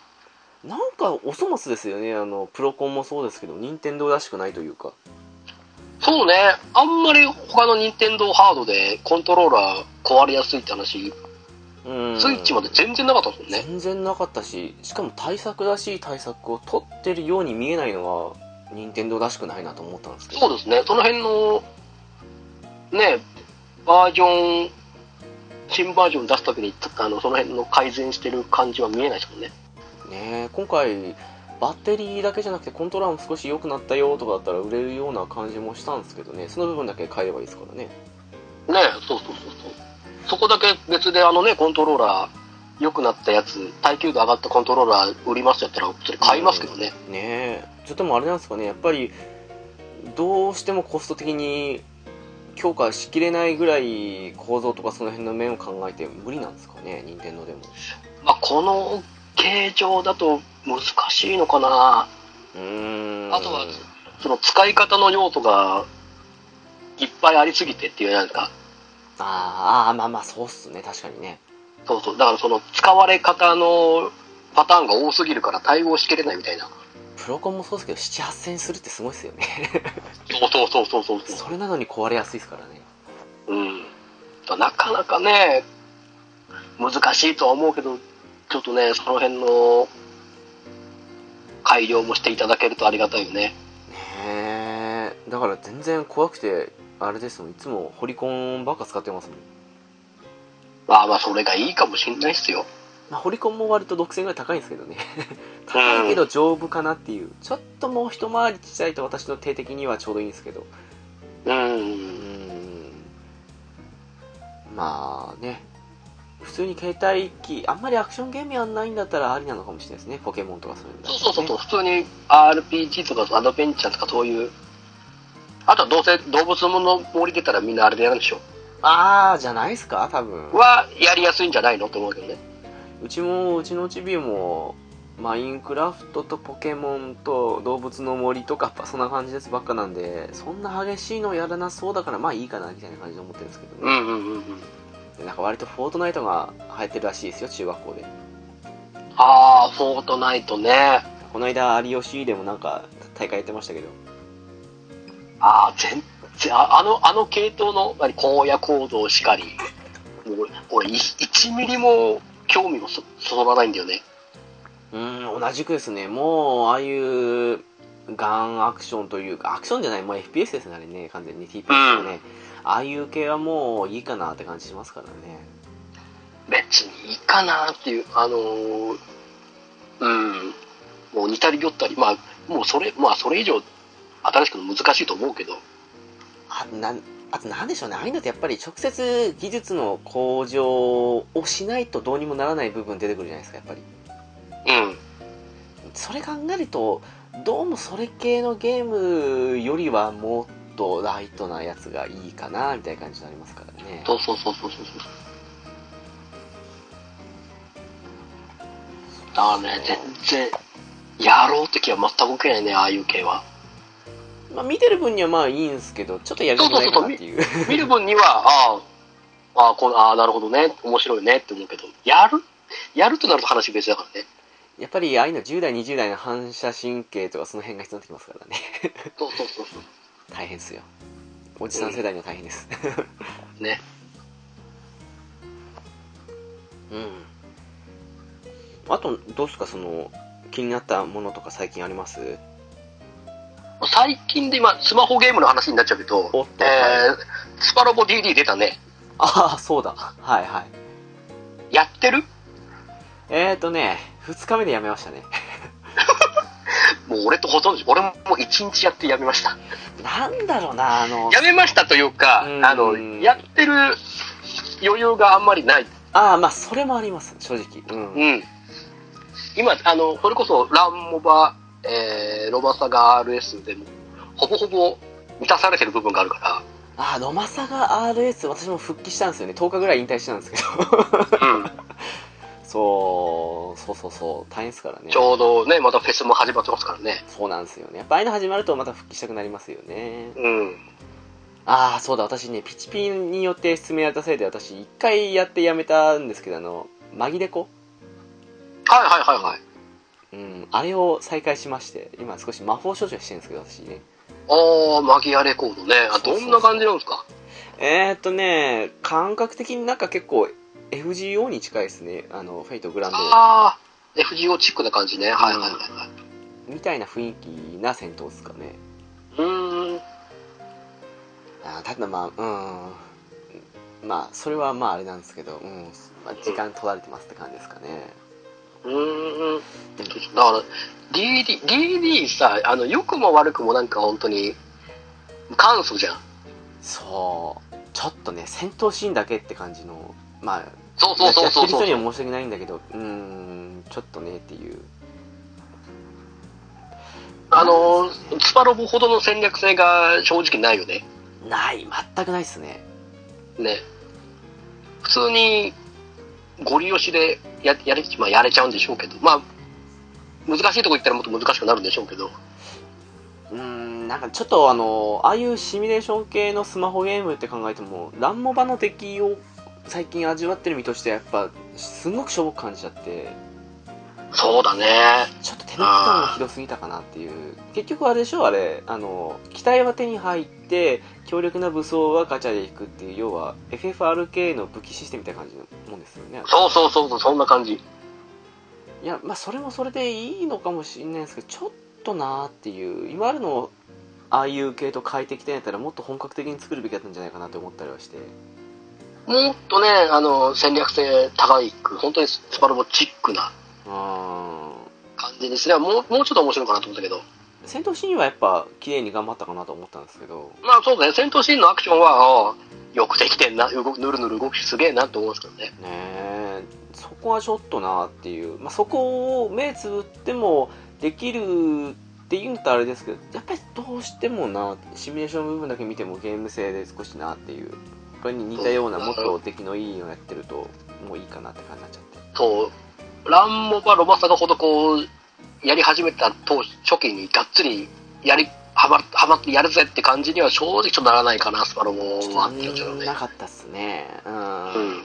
なんかお粗末ですよねあのプロコンもそうですけど任天堂らしくないというかそうね、あんまり他の任天堂ハードでコントローラー壊れやすいって話、うんスイッチまで全然なかったもんね。全然なかったししかも対策らしい対策を取ってるように見えないのが任天堂らしくないなと思ったんですけどそうですね、その辺の、ね、バージョン、新バージョン出すときに、あの、その辺の改善してる感じは見えないですもんね。ねえ今回バッテリーだけじゃなくてコントローラーも少し良くなったよとかだったら売れるような感じもしたんですけどねその部分だけ変えればいいですからねねそうそうそうそうそこだけ別であのねコントローラー良くなったやつ耐久度上がったコントローラー売りますやったらそれ買いますけどね、ねえちょっともあれなんですかねやっぱりどうしてもコスト的に強化しきれないぐらい構造とかその辺の面を考えて無理なんですかね任天堂でもまあこの形状だと難しいのかなうーんあとはその使い方の用途がいっぱいありすぎてっていうじゃないですか。あーあーまあまあそうっすね確かにねそうそう。だからその使われ方のパターンが多すぎるから対応しきれないみたいな。プロコンもそうですけど7 8 0 0 0するってすごいっすよね そうそうそうそうそうそそれなのに壊れやすいですからねう。うん。なかなかね、難しいとは思うけど、ちょっとね、その辺の改良もしていただけるとありがたいよね。へえだから全然怖くてあれですもんいつもホリコンばっか使ってますもん、まあまあ、それがいいかもしんないっすよ。まあ、ホリコンも割と6000円ぐらい高いんですけどね 高いけど丈夫かなっていうちょっともう一回りちっちゃいと私の手的にはちょうどいいんですけどううーん。んまあね普通に携帯機あんまりアクションゲームやんないんだったらありなのかもしれないですねポケモンとかそういうのだそとねうそうそうそう、普通に RPG とかアドベンチャーとかそういう、あとはどうせ動物の森出たらみんなあれでやるんでしょ。ああじゃないですか多分はやりやすいんじゃないのと思うけどね。うちもうちのちびもマインクラフトとポケモンと動物の森とかそんな感じですばっかなんでそんな激しいのやらなそうだからまあいいかなみたいな感じで思ってるんですけどうね、んうんうんうん。でなんか割とフォートナイトが流行ってるらしいですよ中学校でああ、フォートナイトね。この間有吉でもなんか大会やってましたけどああ、全然、ああの、あの系統の何荒野行動しかり、もう俺、い1ミリも興味もそそそらないんだよね。うーん同じくですねもうああいうガンアクションというかアクションじゃないもう FPS ですねあれね完全に TPS だね、ああいう系はもういいかなって感じしますからね別にいいかなっていう、あのーうん、もう似たり寄ったり、まあ、もうそれ、まあ、それ以上、新しくの難しいと思うけど、あなんあとなんでしょうねああいうのってやっぱり直接技術の向上をしないとどうにもならない部分出てくるじゃないですかやっぱりうん、それ考えるとどうもそれ系のゲームよりはもっとライトなやつがいいかなみたいな感じになりますからねそうそうそうそうそうそう。だからね、全然、やろうって気は全く受けないね、ああいう系は。まあ、見てる分にはまあいいんですけどちょっとやりたくないかなっていう見る分には、ああ、ああ、このああなるほどね、面白いねって思うけど、やるやるとなると話別だからね。やっぱりああいうの10代20代の反射神経とかその辺が必要になってきますからねそうそうそうそう。大変ですよおじさん世代には大変ですね。うんあとどうですかその気になったものとか最近あります最近で今、スマホゲームの話になっちゃうけど、おっとえースパロボ DD 出たね。ああそうだはいはいやってるえーとね2日目でやめましたねもう俺とほとんど、俺も1日やってやめました。なんだろうなあのやめましたというか、うんあの、やってる余裕があんまりない。ああまあそれもあります正直うんうん。今、あの、それこそ、ランモバ、えー、ロバサガ RS でも、ほぼほぼ満たされてる部分があるかああロマサガ RS 私も復帰したんですよね10日ぐらい引退したんですけどら、うん。 そうそうそうそう大変ですからねちょうどね、またフェスも始まってますからね。そうなんですよね。やっぱああいうの始まるとまた復帰したくなりますよね。うん。ああ、そうだ、私ね、ピチピンによって失明やったせいで、私一回やってやめたんですけど、あの、マギデコはいはいはいはい。うん、あれを再開しまして、今少し魔法少女してるんですけど、私ね。あー、マギアレコードね。あ、そうそうどそうんな感じなんですかえー、っとね、感覚的になんか結構 FGO に近いですね。あの、フェイトグランドあー、FGO チックな感じね。はいはいはいはい。みたいな雰囲気な戦闘ですかね。うーん。あーただまあ、うん。まあ、それはまああれなんですけど、うん。まあ、時間取られてますって感じですかね。うーんだから DD, DD さあの良くも悪くもなんか本当に簡素じゃんそうちょっとね戦闘シーンだけって感じのまあそうそうそうそうやってる人そにうは申し訳ないんだけどうーんちょっとねっていうあのスパロボほどの戦略性が正直ないよねない全くないっすねね普通にゴリ押しでややれ,、まあ、やれちゃうんでしょうけどまあ難しいとこ行ったらもっと難しくなるんでしょうけど、うーんなんかちょっとあのああいうシミュレーション系のスマホゲームって考えてもランモバの敵を最近味わってる身としてはやっぱすんごくしょぼく感じちゃってそうだね。ちょっと手の負担がひどすぎたかなっていう結局あれでしょあれあの機体は手に入って強力な武装はガチャで引くっていう要は FFRK の武器システムみたいな感じのもんですよねそうそうそうそう、そんな感じ。いやまあそれもそれでいいのかもしれないですけどちょっとなーっていう今あるのをああいう系と変えてきてんやったらもっと本格的に作るべきだったんじゃないかなって思ったりはしてもっとね、あの、戦略性高いく、本当にスパロボチックなうーん感じですね。もう、もうちょっと面白いかなと思ったけど。戦闘シーンはやっぱ綺麗に頑張ったかなと思ったんですけどまあそうだね、戦闘シーンのアクションは、ああよくできてんな、動くぬるぬる動くしすげえなと思うんですけどねね。えそこはちょっとなっていう、まあ、そこを目つぶってもできるって言うとあれですけどやっぱりどうしてもなシミュレーション部分だけ見てもゲーム性で少しなっていうこれに似たようなもっと出来のいいのやってるともういいかなって感じになっちゃってそう、ランモバロマサガほどこう、やり始めた当初期にがっつりやり、はまはまってやるぜって感じには正直ちょっとならないかな、スパロボちょっはとって感じだよねな。かったっすねうん、うん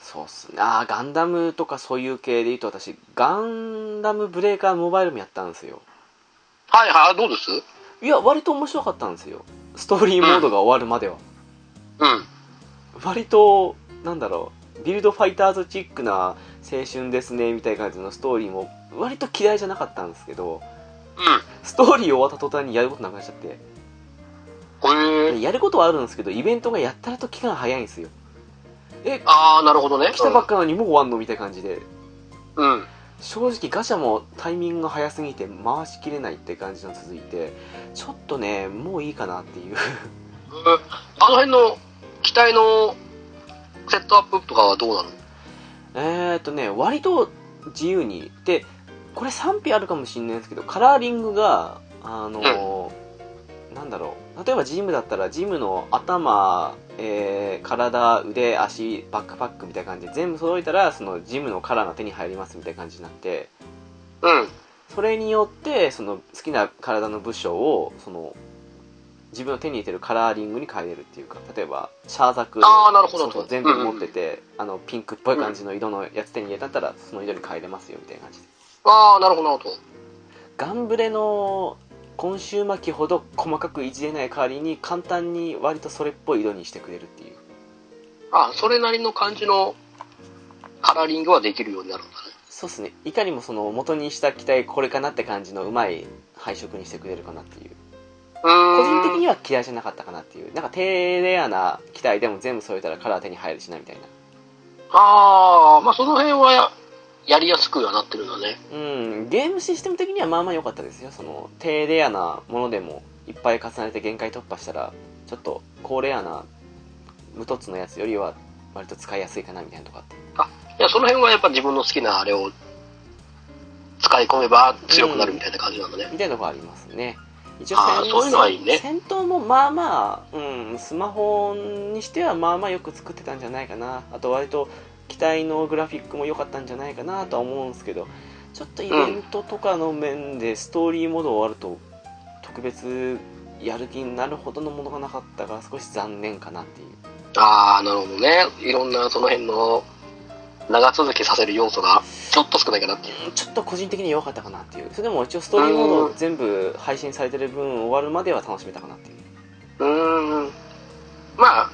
そうっすねああガンダムとかそういう系で言うと私ガンダムブレーカーモバイルもやったんですよはいはい、どうですいや割と面白かったんですよストーリーモードが終わるまではうん。割となんだろうビルドファイターズチックな青春ですねみたいな感じのストーリーも割と嫌いじゃなかったんですけどストーリー終わった途端にやることなくなっちゃってうん。へえ。やることはあるんですけどイベントがやったらと期間早いんですよえああ、なるほどね。来たばっかなのにもう終わんのみたいな感じでうん。うん。正直ガシャもタイミングが早すぎて回しきれないって感じの続いてちょっとねもういいかなっていうあの辺の機体のセットアップとかはどうなのえーっとね割と自由にでこれ賛否あるかもしれないですけどカラーリングがあのーなんだろう例えばジムだったらジムの頭、えー体腕足バックパックみたいな感じで全部揃えたらそのジムのカラーが手に入りますみたいな感じになってうん。それによってその好きな体の部署をその自分の手に入れてるカラーリングに変えれるっていうか例えばシャーザクああ、なるほど。そうそう全部持ってて、あのピンクっぽい感じの色のやつ手に入れたったらその色に変えれますよみたいな感じでああ、なるほど、なるほど。ガンブレの今週巻きほど細かくいじれない代わりに簡単に割とそれっぽい色にしてくれるっていうああ、それなりの感じのカラーリングはできるようになるんだね。そうっすねいかにもその元にした機体これかなって感じのうまい配色にしてくれるかなっていううー個ん。人的には嫌いじゃなかったかなっていうなんか低レアな機体でも全部揃えたらカラー手に入るしなみたいなああ、まあその辺はやりやすくはなってるんだね。うんゲームシステム的にはまあまあ良かったですよその低レアなものでもいっぱい重ねて限界突破したらちょっと高レアな無凸のやつよりは割と使いやすいかなみたいなとかっていや、その辺はやっぱ自分の好きなあれを使い込めば強くなるみたいな感じなんだね。みたいなのがありますね一あー戦そういうのはいいね戦闘もまあまあ、うん、スマホにしてはまあまあよく作ってたんじゃないかなあと割と機体のグラフィックも良かったんじゃないかなとは思うんですけどちょっとイベントとかの面でストーリーモード終わると特別やる気になるほどのものがなかったから少し残念かなっていうああ、なるほどね。いろんなその辺の長続きさせる要素がちょっと少ないかなっていう。うんちょっと個人的には弱かったかなっていうそれでも一応ストーリーモード全部配信されてる分終わるまでは楽しめたかなっていううーん。まあ、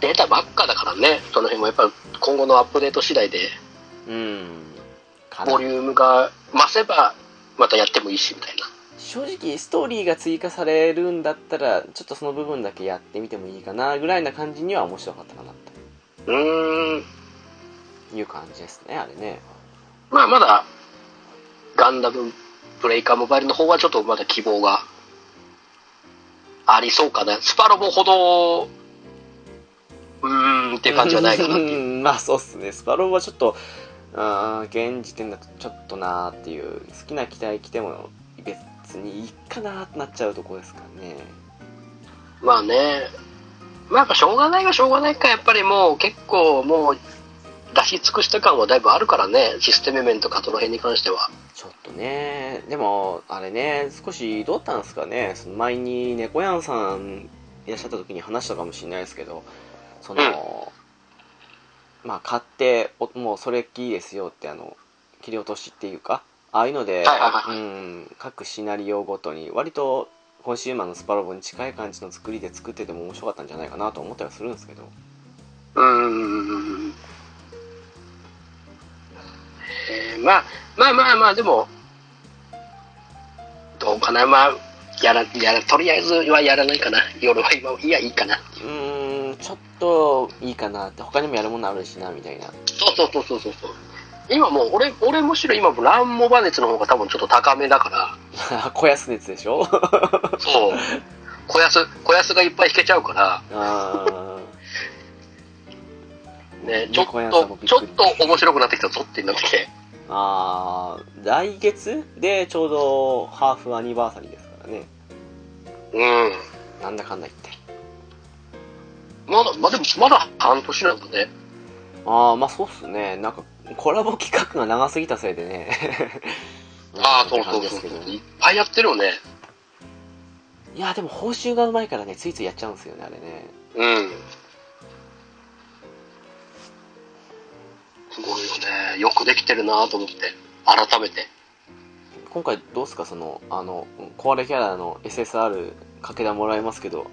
出たばっかだからね。その辺もやっぱ今後のアップデート次第でうんかなボリュームが増せばまたやってもいいしみたいな。正直ストーリーが追加されるんだったらちょっとその部分だけやってみてもいいかなぐらいな感じには面白かったかなうーん。という感じですねあれねまあまだ、ガンダムブレイカーモバイルの方はちょっとまだ希望がありそうかな。スパロボほど、うーんっていう感じはないかなっていう。 まあそうっすねスパロボはちょっとあー現時点だとちょっとなーっていう好きな機体来ても別にいいかなーってなっちゃうとこですからねまあね、まあやっぱしょうがないがしょうがないか、やっぱりもう結構もう、出し尽くした感はだいぶあるからね、システム面とかその辺に関しては。ちょっとね、でも、あれね、少しどうだったんですかね、その前に猫やんさんいらっしゃった時に話したかもしれないですけど、その、まあ、買って、おもうそれっきりですよって、あの、切り落としっていうか、ああいうので、はいはいはうん、各シナリオごとに、割と、コンシューマーのスパロボに近い感じの作りで作ってても面白かったんじゃないかなと思ったりはするんですけど。うーん。えーまあ、まあまあまあ、でも、どうかな、まあ、やら、やら、とりあえずはやらないかな。夜は今、いや、いいかな。うーん、ちょっといいかなって、他にもやるものあるしな、みたいな。 そうそうそうそうそうそう。今もう、俺、俺むしろ今もランモバ熱の方が多分ちょっと高めだか小安熱でしょら、そう。小安、小安がいっぱい引けちゃうから、あ ね、ちょっ猫屋さんもとび、っちょくっりと面白くなってきたぞってなって。ーあー、来月でちょうどハーフアニバーサリーですからね。うん。なんだかんだ言って。まだ、まあ、でも、まだ半年なんだね。ああ、まあそうっすね。なんか、コラボ企画が長すぎたせいで ね。ああ、そうなんそうてそう感じですけどいっぱいやってるよね。いや、でも報酬がうまいからね、ついついやっちゃうんですよね、あれね。うん。すごいよね。よくできてるなと思って。改めて。今回どうっすか、その、あの、壊れキャラの SSR かけらもらえますけど、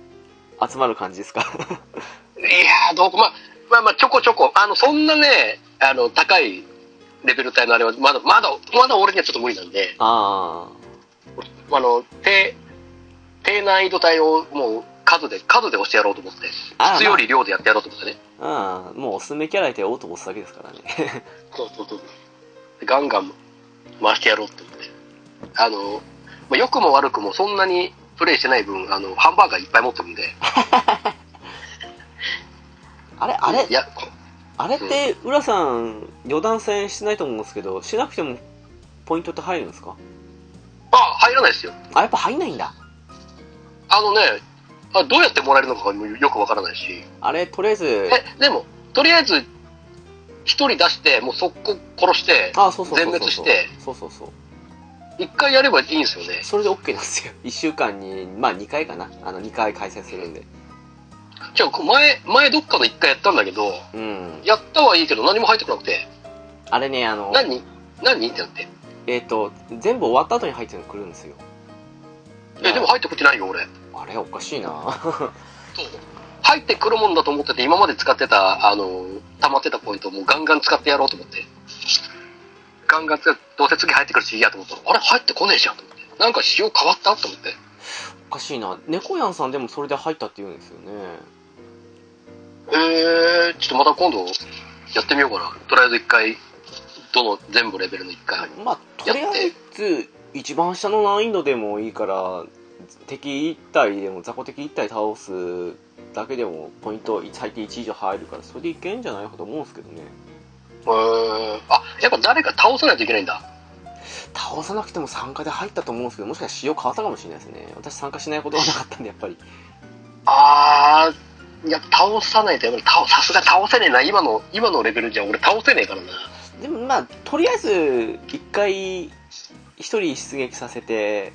集まる感じですか いやー、どうまあ、まあまあ、ちょこちょこ。あの、そんなね、あの、高いレベル帯のあれは、まだ、まだ、まだ俺にはちょっと無理なんで、ああの、低、低難易度帯をもう数で、数で押してやろうと思って。あら質より量でやってやろうと思ってね。あ、ああ、もうおすすめキャラいてオートボスだけですから ね。そうそうそう。ガンガン回してやろうって思って。あの、まあ、良くも悪くもそんなにプレイしてない分、あの、ハンバーガーいっぱい持ってるんで。あれ、あれい、や、あれって、浦さん、余談戦してないと思うんですけど、しなくてもポイントって入るんですかあ、入らないですよ。あ、やっぱ入んないんだ。あのね、あどうやってもらえるのかもよくわからないし。あれ、とりあえず、え、でも、とりあえず、一人出して、もう速攻殺して、あ、そうそうそうそう。全滅して。そうそうそう。一回やればいいんですよね。それで OK なんですよ。1週 間に、まあ2回かな。あの、2回開催するんで。じゃあ、前、前どっかの一回やったんだけど、うん。やったはいいけど何も入ってこなくて、あれね、あの、何何ってなって。えっ、と、全部終わった後に入ってくるんですよ。え、でも入ってこてないよ、俺。あれ、おかしいな そう入ってくるもんだと思ってて今まで使ってたあの溜まってたポイントをもうガンガン使ってやろうと思ってガンガン使ってどうせ次入ってくるしいいやと思ったらあれ入ってこねえじゃんと思ってなんか仕様変わったと思っておかしいな。猫やんさんでもそれで入ったって言うんですよね。えー、ちょっとまた今度やってみようかなとりあえず一回どの全部レベルの一回まあ、とりあえず、一番下の難易度でもいいから、敵一体でも、雑魚敵一体倒すだけでも、ポイント最低1以上入るから、それでいけんじゃないかと思うんですけどね。えー、あやっぱ誰か倒さないといけないんだ倒さなくても参加で入ったと思うんですけど、もしかしたら仕様変わったかもしれないですね。私参加しないことがなかったんで、やっぱり。あーいや倒さないとやっぱり倒さすがに倒せねえな今の今のレベルじゃ俺倒せねえからなでもまあ、とりあえず、一回、一人出撃させて、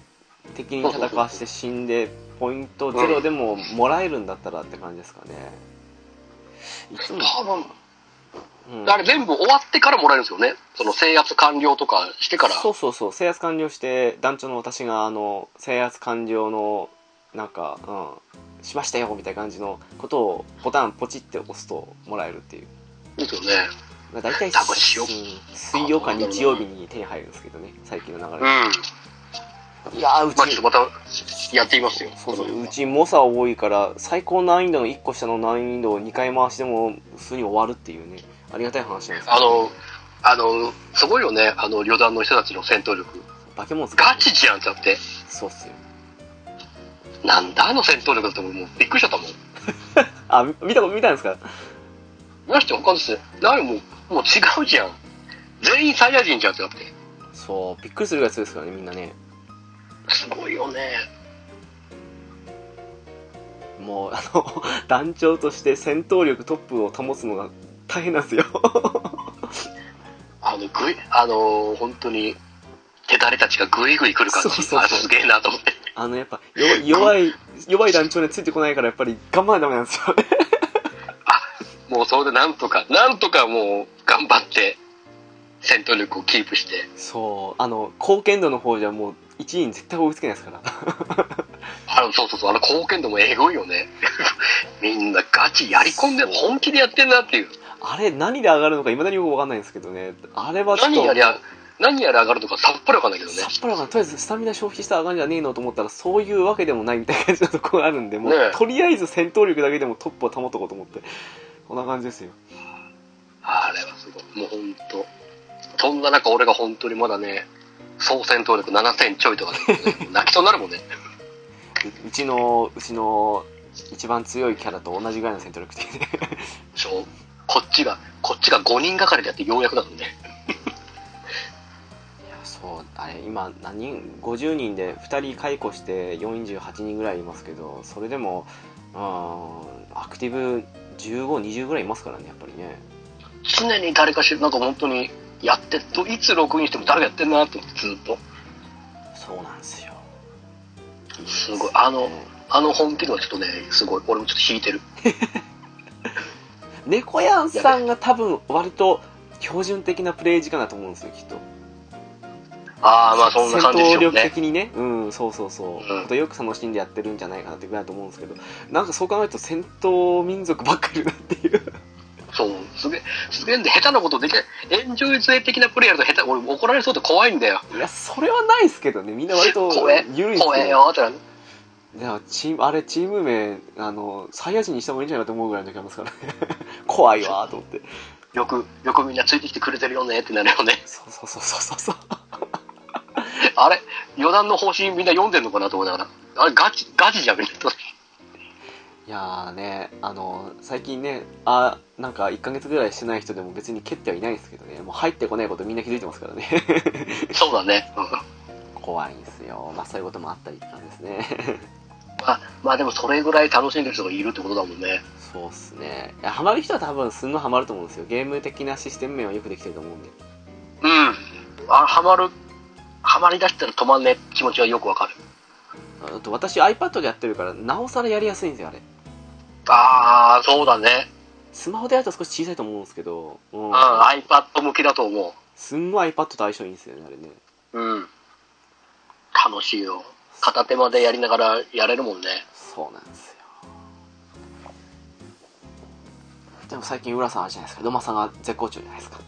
敵に戦わせて死んで、ポイントゼロでももらえるんだったらって感じですかね。いつも、多分うんあれ全部終わってからもらえるんですよね。その制圧完了とかしてから。そうそうそう制圧完了して団長の私があの制圧完了のなんか、うん、しましたよみたいな感じのことをボタンポチって押すともらえるっていうですよね。まあ大体多分しよううん水曜か日曜日に手に入るんですけどね最近のう流ん。れ、いやーうまあちょっちとまたやってみますよ。そうそこのううち猛者多いから最高難易度の1個下の難易度を2回回しでも普通に終わるっていうねありがたい話なんですけどあの、あの、すごいよね。あの、旅団の人たちの戦闘力。化け物ですからガねチじゃんってなって。そうっすよなんだあの戦闘力だって俺もうびっくりしちゃったもん。あみ見たこと見たんですかなして他の人、なんもう、もう違うじゃん。全員サイヤ人じゃんってなって。そうびっくりするぐらい強いですからねみんなねすごいよね。も うあの団長として戦闘力トップを保つのが大変なんですよ ぐい、あのー本当に、手だれたちがぐいぐい来る感じ。そうそうそうあすげえなと思って。あのやっぱよ弱い弱い団長についてこないからやっぱり頑張らなダメなんですよね もうそれでなんとか、なんとかもう頑張って、戦闘力をキープして、そうあの貢献度の方じゃもう1位に絶対追いつけないですから あの、そうそうそう、あの貢献度もえぐいよね。 みんなガチやり込んでる、本気でやってんなっていう。あれ何で上がるのかいまだによく分かんないんですけどねあれはちょっと何やりゃ、何やりゃ上がるとかさっぱりわかんないけどねさ。っぱりわかんないとりあえずスタミナ消費したら上がるんじゃねえのと思ったらそういうわけでもないみたいな感じのところがあるんでもう、ねえとりあえず戦闘力だけでもトップを保っとこうと思ってこんな感じですよあれはすごい。もう本当。そんな中、俺が本当にまだね、総戦闘力7000ちょいとかね、泣きそうになるもんね。 ううちのうちの一番強いキャラと同じぐらいの戦闘力的で そう。こっちが、こっちが5人がかりでやってようやくだもんね。そうあれ今何人50人で2人解雇して48人ぐらいいますけどそれでもうんアクティブ1520ぐらいいますからねやっぱりね常に誰かしら、なんか本当に、やって、どいつログインしても誰かやってんなって思って、ずっと。そうなんですよすごい。あの、あの本気度はちょっとね、すごい。俺もちょっと引いてる。猫やんさんが多分割と標準的なプレイ時間だと思うんですよきっとああ、まあそんな感じで戦し闘ょ力うね。的にねうんそうそうそう、うんあとよく楽しんでやってるんじゃないかなってぐらいだと思うんですけどなんかそう考えると戦闘民族ばっかりだなっていう そう。すげえ、すげえんで、下手なことできない。エンジョイ勢的なプレイヤーだと下手、俺怒られそうで怖 いんだよ。いやそれはないですけどねみんな割と怖え、緩いです怖えけよどーってなる。いやチームあれチーム名あのサイヤ人にした方がいいんじゃないかと思うぐらいの時ありますからね 怖いわーと思ってよく、よくみんなついてきてくれてるよねってなるよね。 そうそうそうそうそうあれ、余談の方針みんな読んでんのかなと思いながら。あれ、ガチ、ガチじゃん、みんな。 いやーね、あの、最近ね、あ、なんか1ヶ月ぐらいしてない人でも別に蹴ってはいないんですけどね、もう入ってこないことみんな気づいてますからね。 そうだね。うん。ま怖いんですよ。まあそういうこともあったりって感じですね。あ、まあでもそれぐらい楽しんでる人がいるってことだもんね。そうっすね。いや、ハマる人は多分すんのハマると思うんですよ。ゲーム的なシステム面はよくできてると思うんで。うん。あ、ハマる、ハマり出したら止まんね気持ちはよくわかる。あと私 iPad でやってるから、なおさらやりやすいんですよ、あれ。ああ、そうだね。スマホでやると少し小さいと思うんですけど、うんうん、。iPad 向きだと思すんごい iPad と相性いいんですよね、あれね。う。うん。楽しいよ。片手間でやりながらやれるもんね。そうなんですよでも最近浦さんあるじゃないですか土間さんが絶好調じゃないですか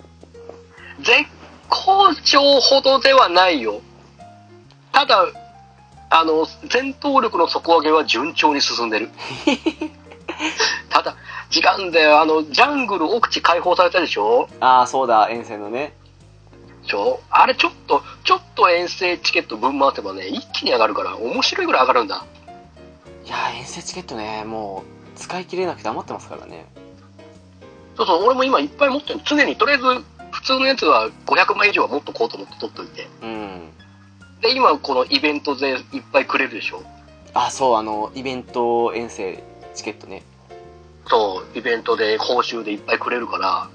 絶好調ほどではないよ。ただ、あの、戦闘力の底上げは順調に進ん でる。ただ、違うんだよ。あの、ジャングル奥地解放されたでしょああそうだ遠征のねでしょあれちょっと、ちょっと遠征チケット分回せばね、一気に上がるから、面白いぐらい上がるんだ。いやー遠征チケットねもう使い切れなくて余ってますからねそうそう、俺も今いっぱい持ってる。常にとりあえず、普通のやつは500枚以上は持っとこうと思って取っといて。うんで、今このイベントでいっぱいくれるでしょあそうあのイベント遠征チケットねそう、イベントで報酬でいっぱいくれるから、だか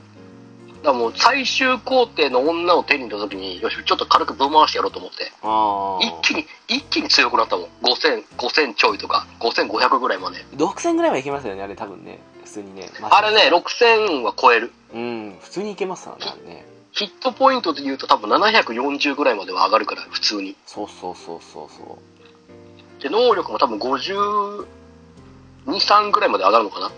らもう最終工程の女を手に入れた時に、よし、ちょっと軽くぶん回してやろうと思って、あ一あ気に、一気に強くなったもん。5000、5000ちょいとか、5500ぐらいまで。 6000ぐらいはいけますよねあれ多分ね普通にね、まあれね、6000は超える。うん普通にいけますからねあれねヒットポイントで言うと多分740ぐらいまでは上がるから、普通に。そうそうそうそうそで、能力も多分52、3ぐらいまで上がるのかな。う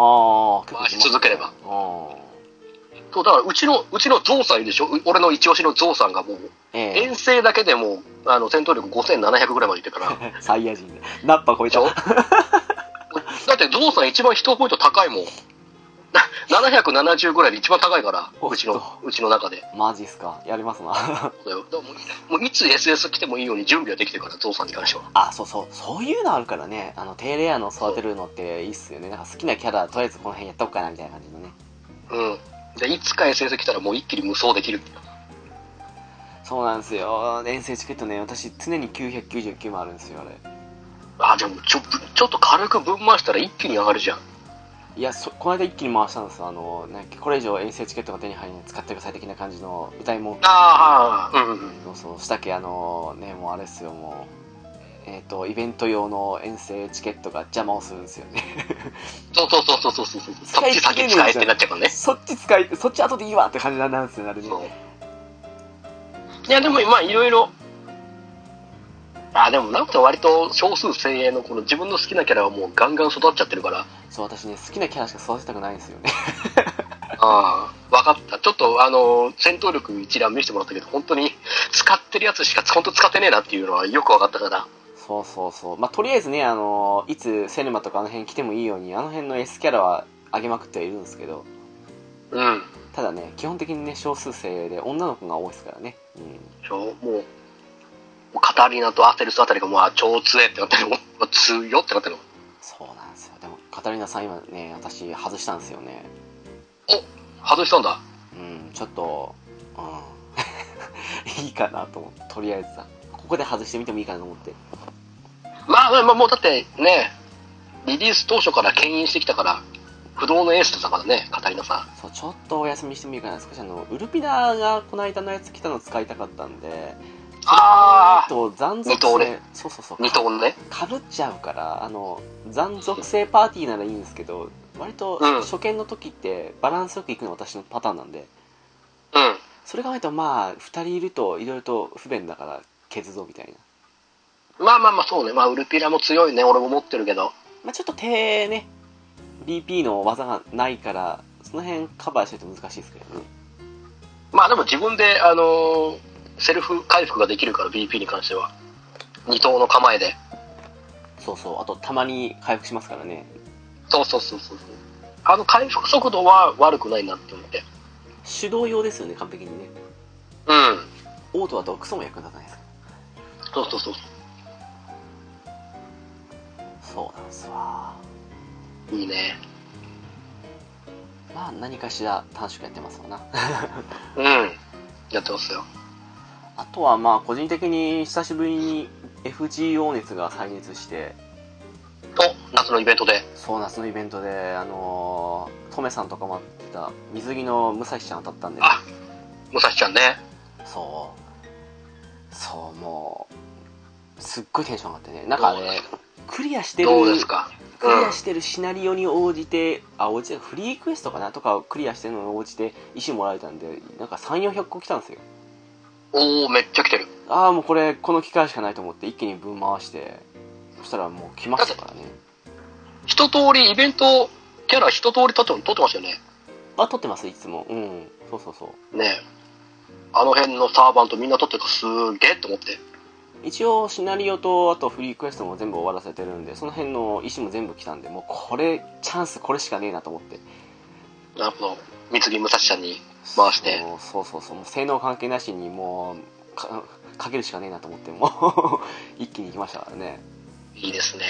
ああ回し続ければああそう、だからうちの、うちのゾウさんいるでしょう俺の一押しのゾウさんがもう、ええ遠征だけでもう、あの、戦闘力5700ぐらいまでいっ てから、サイヤ人でナッパ超えでちしゃょ うだって、ゾウさん一番人ポイント高いもん。 な770ぐらいで一番高いから、おっとうちの、うちの中で。マジっすかやりますなそうだよだからもうもういつ SS 来てもいいように準備はできてるから、ゾウさんに関しては。あそうそうそういうのあるからねあの低レアの育てるのっていいっすよねなんか好きなキャラとりあえずこの辺やっとくかなみたいな感じのねうん。で、いつか SS 来たらもう一気に無双できる。そうなんですよ遠征チケットね私常に999もあるんですよあれあ、でもちょ、ちょっと軽くぶん回したら一気に上がるじゃん。いやそこの間一気に回したんですあのなんかこれ以上遠征チケットが手に入るのに使ってください的な感じの歌い文句ああ、はいはいうんうん。そうそうしたっけあのねもうあれですよもうえっ、とイベント用の遠征チケットが邪魔をするんですよねそうそうそうそうそうそう。そっち先使えってなっちゃうからね。 そっち使いそっち後でいいわって感じなんですよねあれねそういやでも今いろいろあでもなんか割と少数精鋭のこの自分の好きなキャラはもうガンガン育っちゃってる からそう私ね好きなキャラしか育てたくないんですよね ああ分かったちょっとあの戦闘力一覧見せてもらったけど本当に使ってるやつしか本当使ってねえなっていうのはよく分かったからそうそうそうまあとりあえずねあのいつセルマとかあの辺来てもいいようにあの辺の S キャラは上げまくってはいるんですけどうんただね基本的にね少数精鋭で女の子が多いですからねうんちょもうカタリナとアセルスあたりがもうあ超強えってなってるもう強ってなってるそうなんですよでもカタリナさん今ね私外したんですよね外したんだうんちょっとうん いいかなと思ってとりあえずさここで外してみてもいいかなと思ってまあまあまあもうだってねリリース当初から牽引してきたから不動のエースだからねカタリナさんそうちょっとお休みしてもいいかな少しあのウルピダがこの間のやつ来たの使いたかったんでああと残二刀属性ねそうそうそう二頭ねかぶっちゃうからあの残属性パーティーならいいんですけど割とうん初見の時ってバランスよくいくの私のパターンなんでうんそれがないとまあ2人いるといろいろと不便だから削ぞみたいなまあまあまあそうねまあウルピラも強いね俺も持ってるけどまあ、ちょっと手ね DP の技がないからその辺カバーしてると難しいですけどねまあでも自分であのーセルフ回復ができるから BP に関しては二頭の構えでそうそうあとたまに回復しますからねそうそうそうそうそうあの回復速度は悪くないなって思って手動用ですよね完璧にねうんオートだとクソも役に立たないですかそうそうそうらそうなんですわいいねまあ何かしら短縮やってますわな うんやってますよあとはまあ個人的に久しぶりに FGO 熱が再熱してと夏のイベントでそう夏のイベントであのートメさんとかもってた水着の武蔵ちゃん当たったんであ武蔵ちゃんねそうそうもうすっごいテンション上がってねなんかどうでねすクリアしてるどうですかクリアしてるシナリオに応じてあ応じてフリークエストかなとかをクリアしてるのに応じて石もらえたんでなんか3400個来たんですよおおめっちゃ来てるああもうこれこの機会しかないと思って一気に分回してそしたらもう来ましたからね一通りイベントキャラ一通り撮って撮ってましたよねあ撮ってますいつもうんそうそうそうねえあの辺のサーバントみんな撮ってるからすげえと思って一応シナリオとあとフリークエストも全部終わらせてるんでその辺の石も全部来たんでもうこれチャンスこれしかねえなと思ってなるほど三木武蔵ちゃんに回してそうそうそうそうもう性能関係なしにもうかかけるしかねえなと思ってもう 一気に行きましたからねいいですね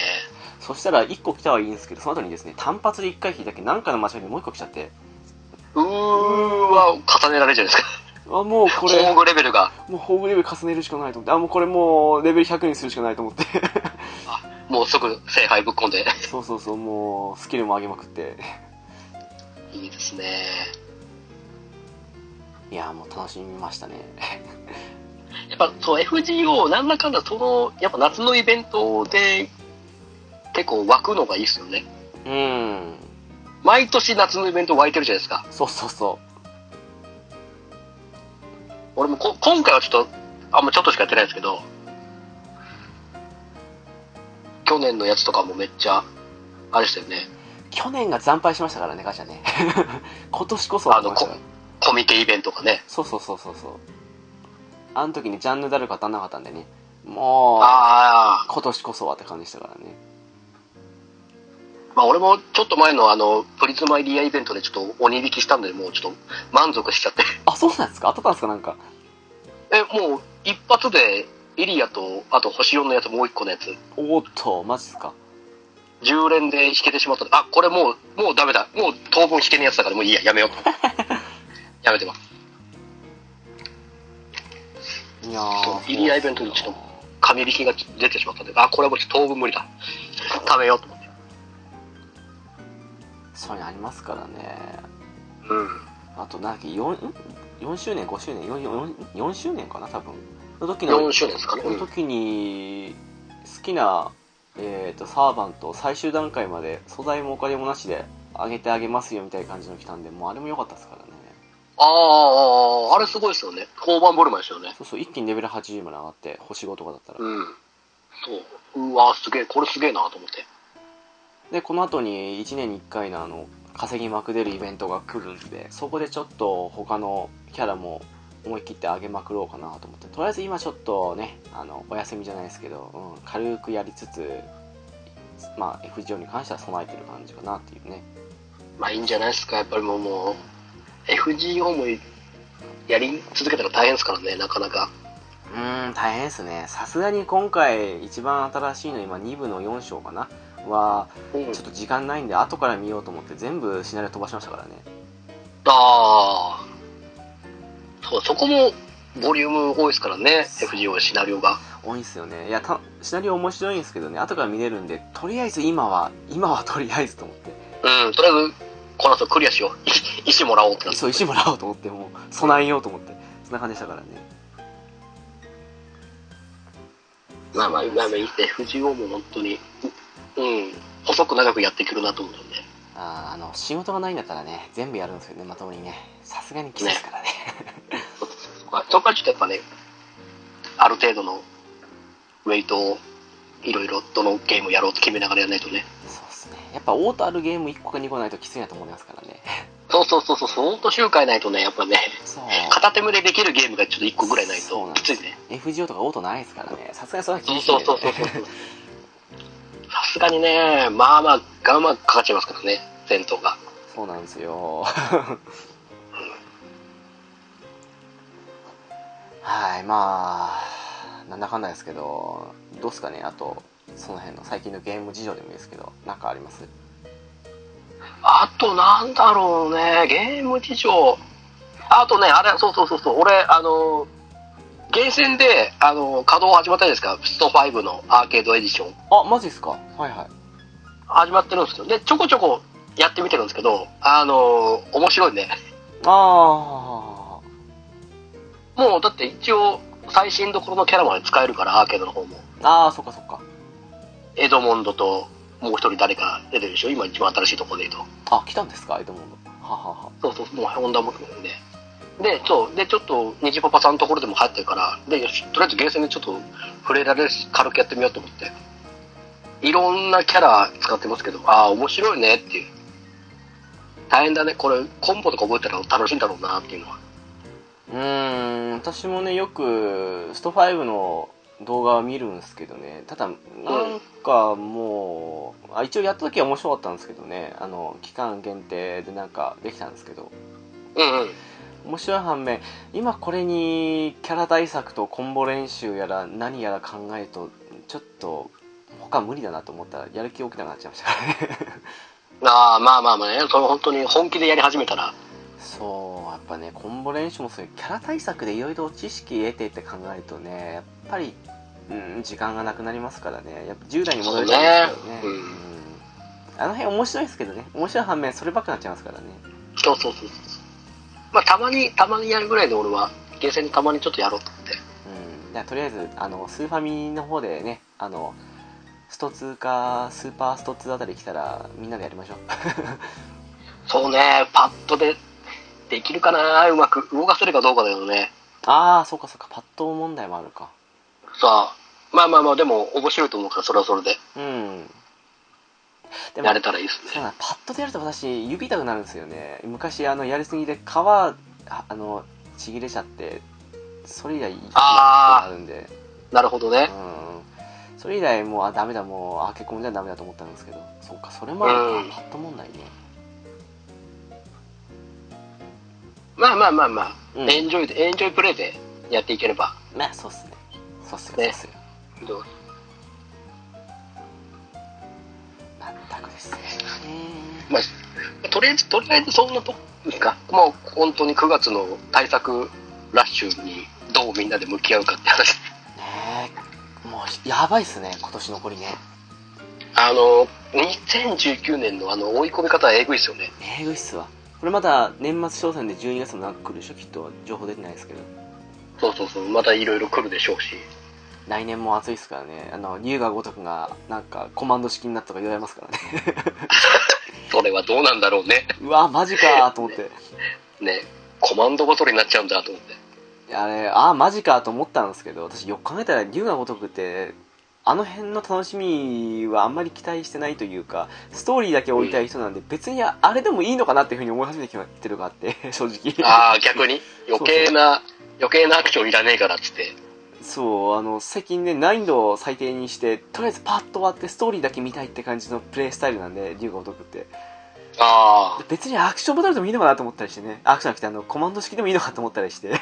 そしたら1個来たはいいんですけどその後にですね単発で1回引いたっけなんかの間違いでもう1個来ちゃってうーわ重ねられるじゃないですかあもうこれ ホーもグレベルがうホームレベル重ねるしかないと思ってあもうこれもうレベル100にするしかないと思って もう即聖杯ぶっ込んで そうそうそうもうスキルも上げまくっていいですねいやもう楽しみましたねやっぱそう FGO なんだかんだそのやっぱ夏のイベントで結構湧くのがいいですよねうん毎年夏のイベント湧いてるじゃないですかそうそうそ俺もこ今回はちょっとあんまちょっとしかやってないですけど去年のやつとかもめっちゃあれでしたよねう去年が惨敗しましたからねガチャね 今年こそは来ましたからコミケイベントがねそうそうそうそうそうあの時にジャンヌ・ダルク当たんなかったんでねもうあ今年こそはって感じでしたからねあまあ俺もちょっと前のあのプリズマエリアイベントでちょっと鬼引きしたんでもうちょっと満足しちゃってあそうなんですか当たったんですかなんかえもう一発でイリアとあと星4のやつもう一個のやつおーっとマジっすか10連で引けてしまったあこれもうもうダメだもう当分引けねえやつだからもういいやや めようとやめてますいやーイリアイベントにちょっと紙引きが出てしまったんであこれはもうちょっと当分無理だ食べようと思ってそういうのありますからねうん。あとなんか 4, ん4周年5周年 4, 4, 4周年かな多分の時の4周年ですかね。その時に好きな、えー、とサーバントを最終段階まで素材もお金もなしで上げてあげますよみたいな感じの来たんでもうあれも良かったですからねああ、あれすごいですよね。交番ボルマですよね。そうそう一気にレベル80まで上がって星5とかだったら、うん。そう。うわ、すげえ、これすげえなと思って。でこの後に1年に1回のあの稼ぎまくれるイベントが来るんでそこでちょっと他のキャラも思い切って上げまくろうかなと思ってとりあえず今ちょっとねあのお休みじゃないですけど、うん、軽くやりつつまあ FGO に関しては備えてる感じかなっていうねまあいいんじゃないですか、やっぱりもう、もう FGO もやり続けたら大変ですからね、なかなか。うーん大変ですねさすがに今回一番新しいの今2部の4章かなはうんちょっと時間ないんで後から見ようと思って全部シナリオ飛ばしましたからねああ。そう、そこもボリューム多いですからね、FGO シナリオが。多いんすよねいやたシナリオ面白いんですけどね後から見れるんでとりあえず今は今は とりあえずと思ってうん、とりあえず、この後クリアしよう。 石もらおうってなって。そう石もらおうと思ってもう備えようと思ってそんな感じでしたからねまあまあ、まあまあ、FGO も本当に、うん、細く長くやってくるなと思うんで。あーあの仕事がないんだったらね全部やるんですよねまともにねさすがにきついですからねそこはそこはちょっとやっぱね、ある程度のウェイトをいろいろどのゲームやろうと決めながらやらないとね。 そうっすねやっぱオートあるゲーム1個か2個ないときついなと思いますからねそうそうそうそう、ほんと周回ないとね、やっぱね、 そう片手目でできるゲームがちょっと1個ぐらいないそうとなんできすついね。 FGO とかオートないですからねさすがにそれはそ厳うしいんそうでそうそうそう。さすがにね、まあまあ、我慢かかっちゃいますからね、戦闘が。そうなんですよ はいまあなんだかんだですけどどうですかねあとその辺の最近のゲーム事情でもいいですけどなんかありますあとなんだろうね、ゲーム事情。あとね、あれ、そうそうそうそう、俺、あの、ゲーセンで、あの、稼働始まったじゃないですか、スト5のアーケードエディション。あマジっすかはいはい始まってるんですよ。で、ちょこちょこやってみてるんですけど、あの、面白いね。あもう、だって一応、最新どころのキャラまで使えるから、アーケードの方も。ーあーそっかそっかエドモンドと、もう一人誰か出てるでしょ、今一番新しいところで言うと。あ来たんですかエドモンドはははそうそう、もうホンダも含んで。で、そう、で、ちょっと、ニジパパさんのところでも入ってるから、で、よしとりあえずゲーセンでちょっと触れられるし、軽くやってみようと思って。いろんなキャラ使ってますけど、ああ、面白いねっていう。大変だね、これ、コンボとか覚えたら楽しいんだろうなっていうのは。うーん私もねよくスト5の動画を見るんですけどねただなんかもう、あ一応やった時は面白かったんですけどねあの期間限定でなんかできたんですけどうんうん。面白い反面今これにキャラ対策とコンボ練習やら何やら考えるとちょっと他無理だなと思ったらやる気起きなくなっちゃいましたからねああ、まあまあまあね、その本当に本気でやり始めたら、そうやっぱねコンボ練習もそういうキャラ対策でいろいろ知識得てって考えるとねやっぱり、うん、時間がなくなりますからねやっぱ10代に戻りたいですよねそうねうんあの辺面白いですけどね面白い反面そればっかになっちゃいますからねそうそうそうそう。まあ、たまに、たまにやるぐらいで俺は、ゲーセンでたまにちょっとやろうと思って。うんだからとりあえずあのスーファミの方でねあのスト2かスーパースト2あたり来たらみんなでやりましょうそうね、パッドでできるかな、うまく動かせるかどうかだけどね。ああそうかそうかパッド問題もあるかさあ、まあまあまあ、でも面白いと思うから、それはそれで、うんでもやれたらいいですそうね。だパッドでやると私指痛くなるんですよね昔あのやりすぎで皮ああのちぎれちゃってそれ以来痛くなるんでなるほどうね。んそれ以来もうあダメだもう開け込んじゃダメだと思ったんですけどそうかそれもあるのか、うんパッド問題ねまあまあまあまあ、うんエンジョイで、エンジョイプレイでやっていければ。まあそうっすねそうっすよそうっねすよどう全くですねまあ、とりあえず、とりあえずそんなとこですか。もう本当に9月の対策ラッシュにどうみんなで向き合うかって話。ねえもうやばいっすね今年残りねあの、2019年のあの、追い込み方はえぐいですよね。えぐいっすわこれまだ年末商戦で12月もなんか来るでしょきっと情報出てないですけどそうそうそう、またいろいろ来るでしょうし。来年も暑いっすからねあの龍が如くがなんかコマンド式になったとか言われますからね それはどうなんだろうね。うわマジかと思ってね、コマンドバトルになっちゃうんだと思 って。あれあマジかと思ったんですけど私よく考えたら龍が如くってあの辺の楽しみはあんまり期待してないというかストーリーだけ追いたい人なんで、別にあれでもいいのかなっていうふうに思い始めてきてるのがあって 正直ああ、逆 に余計な、余計なアクションいらねえからっつって。そうあの最近ね難易度を最低にしてとりあえずパッと終わってストーリーだけ見たいって感じのプレイスタイルなんで龍が如くってああ、別にアクションバトルでもいいのかなと思ったりしてねアクションじゃなくてあのコマンド式でもいいのかと思ったりして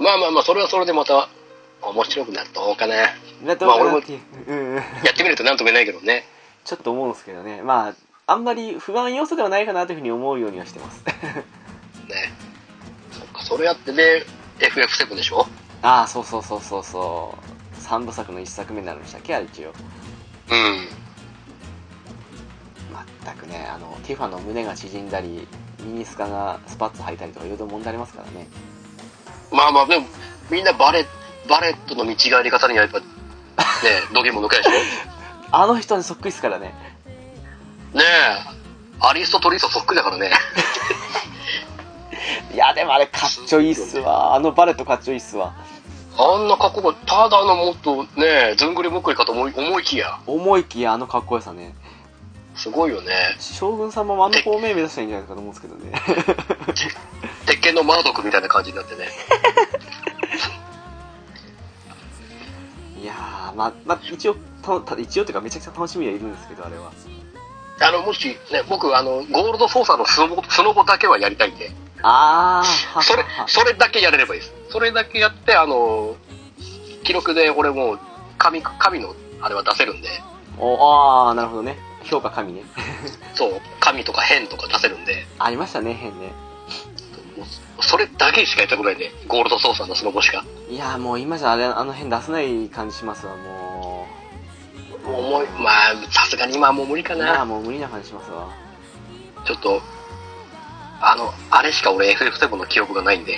まあまあまあ、それはそれでまた、面白くなったうかな。やだと思うっていううんうんってみるとなんとも言えないけどね。ちょっと思うんですけどねまああんまり不安要素ではないかなというふうに思うようにはしてます ね。そっか、それやってで、FF7 でしょああそうそうそうそうそう三部作の一作目になるんでしたっけあれ一応うん。全くねあのティファの胸が縮んだりミニスカがスパッツ履いたりとかいろいろ問題ありますからねまあまあ、でも、みんなバレ、バレットの道があり方にはやっぱ、 ね、どげも抜かないでしあの人にそっくりですからねょ。ねえ、アリストトリストそっくりだからね。いやでもあれかっちょいいっすわあのバレットかっちょいいっすわあんな格好が、ただのもっとね、ずんぐりむっくりかと思い思いきや、思いきやあのかっこよさねすごいよね。将軍様もあの方面目指したらいいんじゃないかと思うんですけどね鉄拳のマードクみたいな感じになってね。 いやーまあ、まあ、一応たた一応っていうかめちゃくちゃ楽しみはいるんですけどあれはあの、もし、ね、僕、あの、ゴールド操作のスノボ、スノボだけはやりたいんで、あ あそれ、それだけやれればいいです。それだけやって、あの、記録で俺もう、紙、紙の、あれは出せるんで、おあーなるほどね評価神ねそう、紙とか変とか出せるんで、ありましたね変ねもうそれだけしかやったことないんで、ゴールド操作のスノボしか。いやーもう今じゃあれあの辺出せない感じしますわももう重い、まあ、さすがに今はもう無理かういやーな。もう無理な感じしますわちょっと、あの、あれしか俺 FF7 の記憶がな いんで、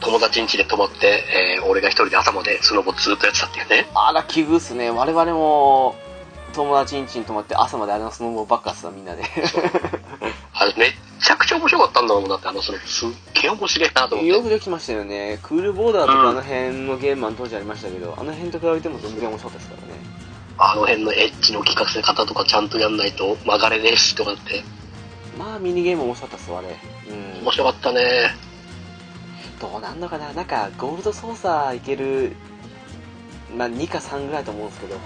友達ん家で泊まって、えー俺が一人で朝までスノボずっとやってたっていうね。あら奇遇っすね我々も友達ん家に泊まって朝まであれのスノボばっかっすわみんなであれめっちゃくちゃ面白かったんだもんだってあのそのすっげえ面白いなと 思よっくてできましたよねクールボーダーとかうんあの辺のゲームマン当時ありましたけど、あの辺と比べても全然面白かったですからねあの辺のエッジの効かせ方とかちゃんとやんないと曲がれねえしとかってまあミニゲーム面白かったっすわあれうん面白かったねどうなんのかななんかゴールド操作いける、まあ、2か3ぐらいだと思うんですけど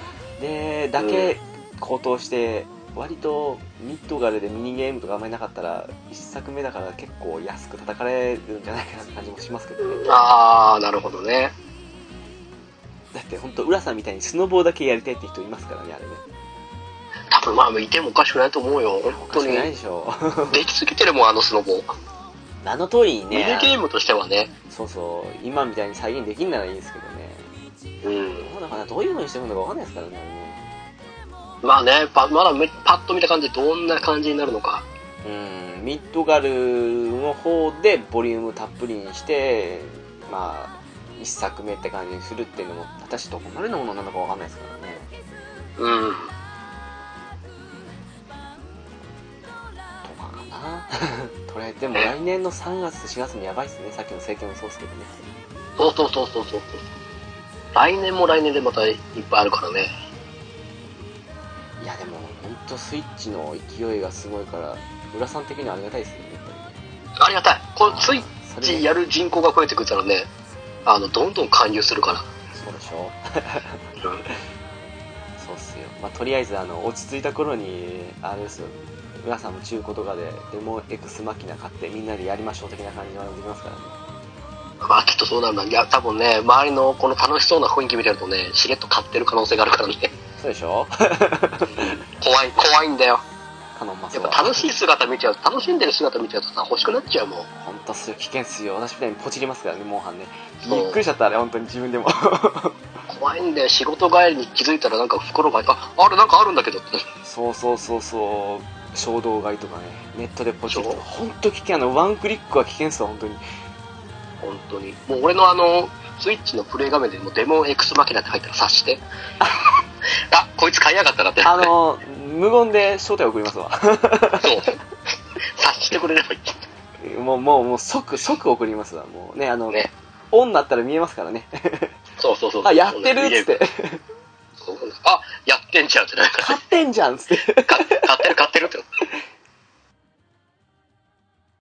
でだけ高騰して、割とミッドガルでミニゲームとかあんまりなかったら1作目だから結構安く叩かれるんじゃないかなって感じもしますけどねああなるほどねだって本当浦さんみたいにスノボーだけやりたいって人いますからねあれね多分まあいてもおかしくないと思うよお本か当しにくないでしょ できすぎてるもんあのスノボあの通りにミニねゲームとしてはねそうそう今みたいに再現できんならいいんですけどねうんどうだかなどういうのにしてくるのかわかんないですからねあれねまあねパまだめパッと見た感じでどんな感じになるのかうんミッドガルの方でボリュームたっぷりにしてまあ一作目って感じにするっていうのも果たしてどこまでのものなのかわかんないですからねうんどうかな とりあえずでも来年の3月4月もやばいっすねさっきの政権もそうっすけどねそうそうそうそうそう来年も来年でまたいっぱいあるからねいやでもほんとスイッチの勢いがすごいから浦さん的にはありがたいですよねやっぱりねありがたいこのついそれちやる人口が増えてくれたらね、あの、どんどん勧誘するかそうでしょそら。うっすよ、まあ、とりあえずあの落ち着いた頃にあれですよ浦さんも中古とかでデモエクスマキナ買ってみんなでやりましょう的な感じができますからねまあ、きっとそうなんだ。いや、多分ね、周りのこの楽しそうな雰囲気見てるとね、しれっと買ってる可能性があるからね。 そうでしょ怖い、怖いんだよ。頼んますやっわぱ楽しい姿見ちゃう、楽しんでる姿見ちゃうとさ、欲しくなっちゃうもん。ほんとっすよ危険っすよ私みたいにポチりますからねモンハンねそうびっくりしちゃったあれ本当に自分でもこ怖いんだよ仕事帰りに気づいたらなんか袋がああれなんかあるんだけどってそうそうそうそう衝動買いとかねネットでポチッとそう本当危険あのワンクリックは危険っすわ本当に本当にもう俺のあのスイッチのプレイ画面でもうデモン X マキナって入ったら察して あこいつ買いやがったなってあの無言で招待送りますわそう察してくれればいいもうもうもう即即送りますわもうねあのねオンなったら見えますからねそうそうそうあやってるっつってそうあやってんじゃんってなんか買ってんじゃんっつって買買ってる買ってるって